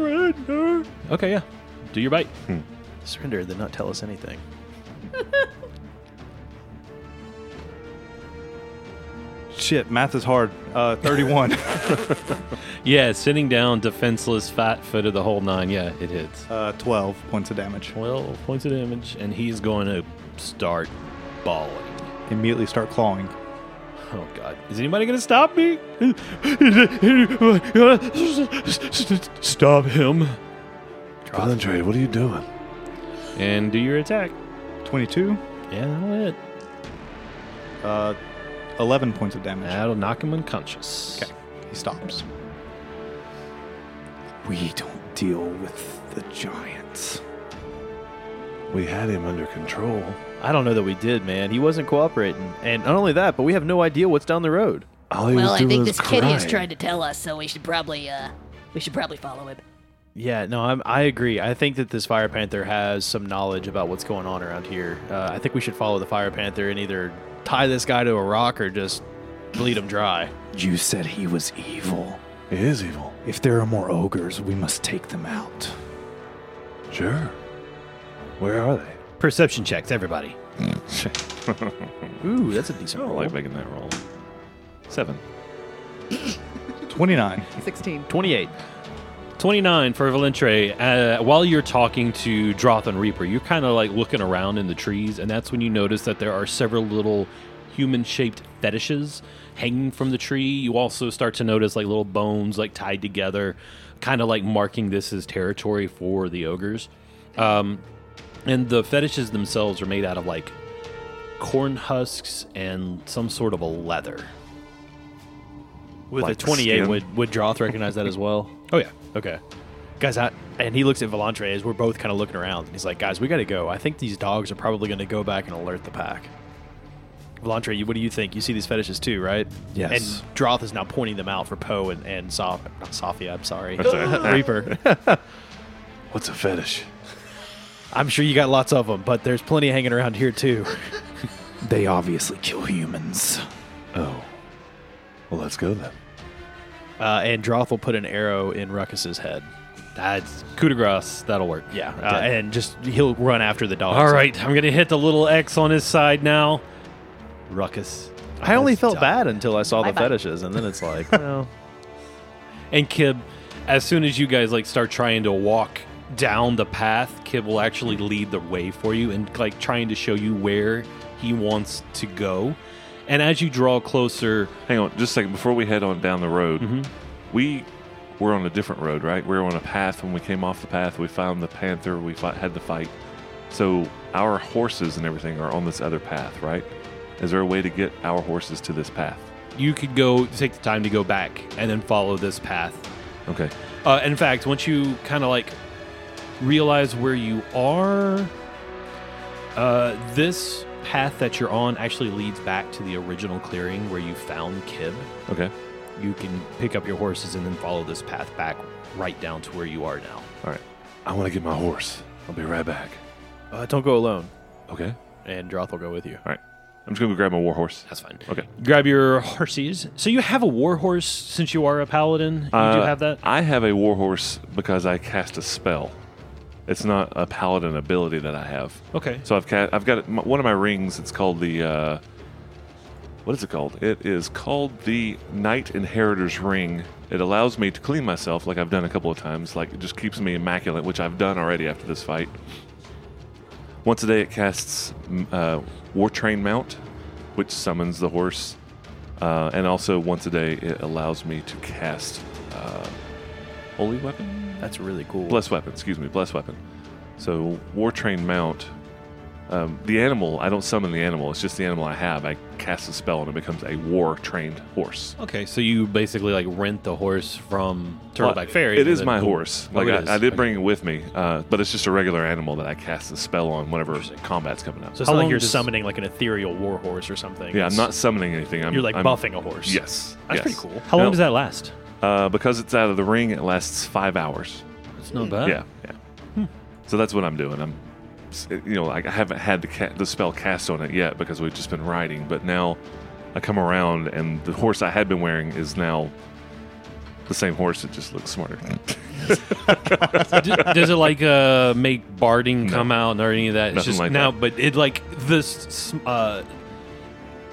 Speaker 1: Okay, yeah. Do your bite.
Speaker 5: Surrender did not tell us anything.
Speaker 6: Shit, math is hard. Uh, 31.
Speaker 1: Yeah, sitting down, defenseless, fat footed, the whole nine. Yeah, it hits.
Speaker 6: uh, 12 points of damage.
Speaker 1: Well, points of damage, and he's going to start bawling.
Speaker 6: Immediately start clawing.
Speaker 1: Oh God! Is anybody going to stop me? Stop him!
Speaker 3: Valentre, what are you doing?
Speaker 1: And do your attack.
Speaker 6: 22,
Speaker 1: Yeah, that'll hit.
Speaker 6: uh, 11 points of damage.
Speaker 1: That'll knock him unconscious.
Speaker 6: He stops.
Speaker 7: We don't deal with the giants.
Speaker 3: We had him under control.
Speaker 5: I don't know that we did, man. He wasn't cooperating. And not only that, but we have no idea what's down the road.
Speaker 3: All he
Speaker 2: Well,
Speaker 3: was
Speaker 2: I
Speaker 3: doing
Speaker 2: think
Speaker 3: was
Speaker 2: this kitty is
Speaker 3: crying.
Speaker 2: trying to tell us, so we should probably uh, we should probably follow him.
Speaker 5: Yeah, no, I'm, I agree. I think that this Fire Panther has some knowledge about what's going on around here. Uh, I think we should follow the Fire Panther and either tie this guy to a rock or just bleed him dry.
Speaker 7: You said he was evil.
Speaker 3: He is evil.
Speaker 7: If there are more ogres, we must take them out.
Speaker 3: Sure. Where are they?
Speaker 1: Perception checks, everybody.
Speaker 5: Ooh, that's a
Speaker 3: I
Speaker 5: decent
Speaker 3: don't like making that roll. Seven.
Speaker 6: 29.
Speaker 4: 16.
Speaker 5: 28.
Speaker 1: 29 for Valentre. Uh, while you're talking to Droth and Reaper, you're kind of like looking around in the trees, and that's when you notice that there are several little human shaped fetishes hanging from the tree. You also start to notice like little bones like tied together, kind of like marking this as territory for the ogres. Um, and the fetishes themselves are made out of like corn husks and some sort of a leather.
Speaker 5: With
Speaker 3: Like
Speaker 5: a 28,
Speaker 3: skin.
Speaker 5: would, would Droth recognize that as well?
Speaker 1: Oh, yeah.
Speaker 5: Okay. Guys, I, and he looks at Volantre as we're both kind of looking around. And he's like, guys, we got to go. I think these dogs are probably going to go back and alert the pack. Volantre, you, what do you think? You see these fetishes too, right?
Speaker 7: Yes.
Speaker 5: And Droth is now pointing them out for Poe and, and Sof- not Sophia, I'm sorry.
Speaker 3: That's all right.
Speaker 5: Reaper.
Speaker 3: What's a fetish?
Speaker 5: I'm sure you got lots of them, but there's plenty hanging around here too.
Speaker 7: They obviously kill humans.
Speaker 3: Oh. Well, let's go then.
Speaker 5: Uh, and Droth will put an arrow in Ruckus's head.
Speaker 1: That's coup de grace. That'll work.
Speaker 5: Yeah.
Speaker 1: Okay.
Speaker 5: Uh, and just, he'll run after the dogs.
Speaker 1: All right, I'm gonna hit the little X on his side now. Ruckus.
Speaker 5: I only
Speaker 1: has
Speaker 5: felt
Speaker 1: died.
Speaker 5: bad until I saw the
Speaker 4: Bye-bye.
Speaker 5: fetishes, and then it's like, well.
Speaker 1: And Kib, as soon as you guys like start trying to walk down the path, Kib will actually lead the way for you and like trying to show you where he wants to go. And as you draw closer,
Speaker 3: Hang on, just a second. Before we head on down the road, we were on a different road, right? We were on a path. When we came off the path, we found the panther. We fight, had the fight. So our horses and everything are on this other path, right? Is there a way to get our horses to this path?
Speaker 1: you could go take the time to go back and then follow this path
Speaker 3: Okay.
Speaker 1: Uh, in fact, once you kind of like realize where you are, uh, this path that you're on actually leads back to the original clearing where you found Kib.
Speaker 3: Okay.
Speaker 1: You can pick up your horses and then follow this path back right down to where you are now.
Speaker 3: All right. I want to get my horse. I'll be right back.
Speaker 5: Uh, don't go alone.
Speaker 3: Okay.
Speaker 5: And Droth will go with you.
Speaker 3: All right. I'm just going to go grab my war horse.
Speaker 1: That's fine.
Speaker 3: Okay.
Speaker 1: Grab your horses. So you have a war horse since you are a paladin. You do
Speaker 3: Uh,
Speaker 1: have that.
Speaker 3: I have a war horse because I cast a spell. It's not a paladin ability that I have.
Speaker 1: Okay.
Speaker 3: So I've ca- I've got it- my- one of my rings. It's called the uh, what is it called? It is called the Knight Inheritor's Ring. It allows me to clean myself, like I've done a couple of times. Like it just keeps me immaculate, which I've done already after this fight. Once a day, it casts mm, uh, War Train Mount, which summons the horse, uh, and also once a day, it allows me to cast uh, Holy Weapon.
Speaker 5: That's really cool.
Speaker 3: Bless weapon, excuse me, bless weapon. So war train mount. Um, the animal, I don't summon the animal. It's just the animal I have. I cast a spell and it becomes a war trained horse.
Speaker 1: Okay, so you basically like rent the horse from Turtleback
Speaker 3: Well,
Speaker 1: Ferry.
Speaker 3: It
Speaker 1: and
Speaker 3: is
Speaker 1: then
Speaker 3: my
Speaker 1: boom.
Speaker 3: horse.
Speaker 1: Oh,
Speaker 3: Like
Speaker 1: it
Speaker 3: I,
Speaker 1: is.
Speaker 3: I did
Speaker 1: Okay.
Speaker 3: bring it with me, uh, but it's just a regular animal that I cast a spell on whenever combat's coming up.
Speaker 5: So it's
Speaker 1: How
Speaker 5: not
Speaker 1: long
Speaker 5: like you're
Speaker 1: does-
Speaker 5: summoning like an ethereal war horse or something.
Speaker 3: yeah, I'm
Speaker 5: It's-
Speaker 3: not summoning anything. I'm,
Speaker 5: You're like
Speaker 3: I'm-
Speaker 5: buffing a horse.
Speaker 3: Yes,
Speaker 5: That's
Speaker 3: yes.
Speaker 5: pretty cool.
Speaker 1: How long
Speaker 3: No.
Speaker 1: does that last?
Speaker 3: Uh, because it's out of the ring, it lasts five hours.
Speaker 1: It's not bad.
Speaker 3: yeah, yeah. So that's what I'm doing. I'm, s- you know, like I haven't had the ca- the spell cast on it yet because we've just been riding. But now, I come around and the horse I had been wearing is now the same horse. It just looks smarter.
Speaker 1: D- does it like uh make barding come out or any of that? It's
Speaker 3: Nothing
Speaker 1: just
Speaker 3: like
Speaker 1: now,
Speaker 3: that.
Speaker 1: but it like this s- uh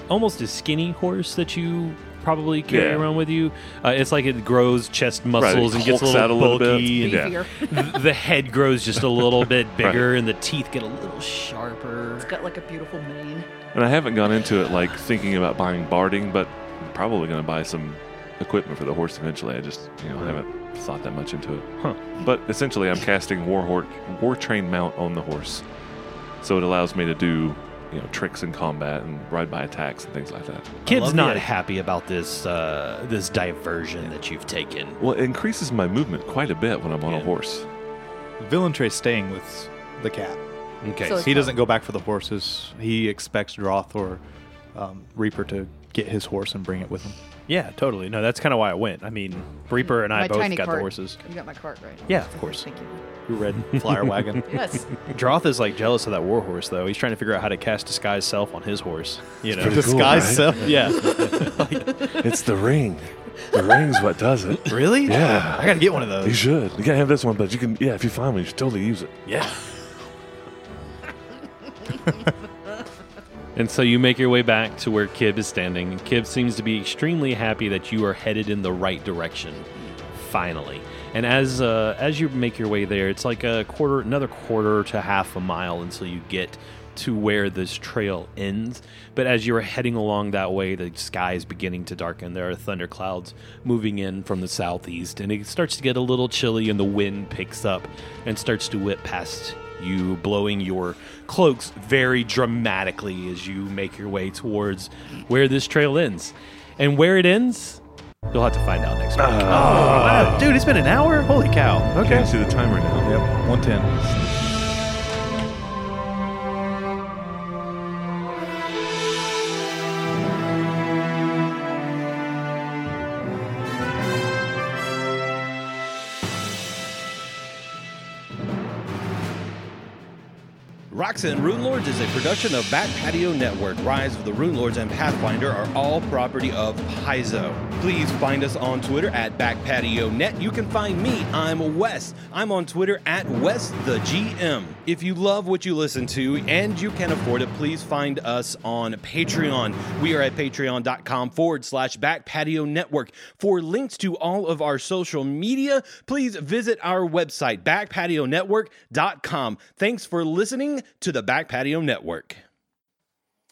Speaker 1: almost a skinny horse that you probably carry
Speaker 3: Yeah.
Speaker 1: around with you. Uh, it's like it grows chest muscles and gets a
Speaker 3: hulks
Speaker 1: little,
Speaker 3: out a little bit.
Speaker 1: bulky. and
Speaker 3: Yeah.
Speaker 4: Beefier.
Speaker 1: th- the head grows just a little bit bigger, and the teeth get a little sharper.
Speaker 4: It's got like a beautiful mane.
Speaker 3: And I haven't gone into it like thinking about buying barding, but I'm probably going to buy some equipment for the horse eventually. I just you know haven't thought that much into it.
Speaker 1: Huh.
Speaker 3: But essentially, I'm casting war hor- war train mount on the horse, so it allows me to do you know tricks in combat and ride by attacks and things like that.
Speaker 5: Kid's
Speaker 7: love
Speaker 5: not
Speaker 7: the-
Speaker 5: happy about this uh, this diversion that you've taken.
Speaker 3: Well, it increases my movement quite a bit when I'm on a
Speaker 5: Yeah.
Speaker 3: horse.
Speaker 6: Villantre's staying with the cat.
Speaker 5: Okay,
Speaker 4: So it's
Speaker 6: He doesn't go back for the horses. He expects Droth or um, Reaper to get his horse and bring it with him.
Speaker 7: Yeah, totally. No, that's kind of why I went. I mean, Reaper and I
Speaker 4: my
Speaker 7: both
Speaker 4: tiny
Speaker 7: got
Speaker 4: cart.
Speaker 7: the horses.
Speaker 4: You got my cart right.
Speaker 7: Yeah, of course.
Speaker 4: Thank you.
Speaker 6: Your red flyer wagon.
Speaker 4: Yes.
Speaker 7: Droth is like jealous of that war horse, though. He's trying to figure out how to cast disguise self on his horse. You know?
Speaker 6: Disguise
Speaker 3: right?
Speaker 6: self.
Speaker 7: yeah.
Speaker 3: It's the ring. The ring's what does it.
Speaker 7: Really?
Speaker 3: Yeah.
Speaker 7: I gotta get one of
Speaker 3: You
Speaker 7: those.
Speaker 3: should. You can't have this one, but you can. Yeah, if you find one, you should totally use it.
Speaker 7: Yeah.
Speaker 5: And so you make your way back to where Kib is standing. Kib seems to be extremely happy that you are headed in the right direction, finally. And as uh, as you make your way there, it's like a quarter, another quarter to half a mile until you get to where this trail ends. But as you are heading along that way, the sky is beginning to darken. There are thunderclouds moving in from the southeast, and it starts to get a little chilly, and the wind picks up and starts to whip past you blowing your cloaks very dramatically as you make your way towards where this trail ends. And where it ends, you'll have to find out next week.
Speaker 7: Wow, dude, it's been an hour? Holy cow.
Speaker 3: Okay. Can you see the timer now?
Speaker 6: Yep, 110.
Speaker 1: Rocks and Rune Lords is a production of Back Patio Network. Rise of the Rune Lords and Pathfinder are all property of Paizo. Please find us on Twitter at BackpatioNet. You can find me, I'm Wes. I'm on Twitter at WesTheGM. If you love what you listen to and you can afford it, please find us on Patreon. We are at patreon.com forward slash Back Patio Network. For links to all of our social media, please visit our website, backpationetwork.com. Thanks for listening to the Back Patio Network.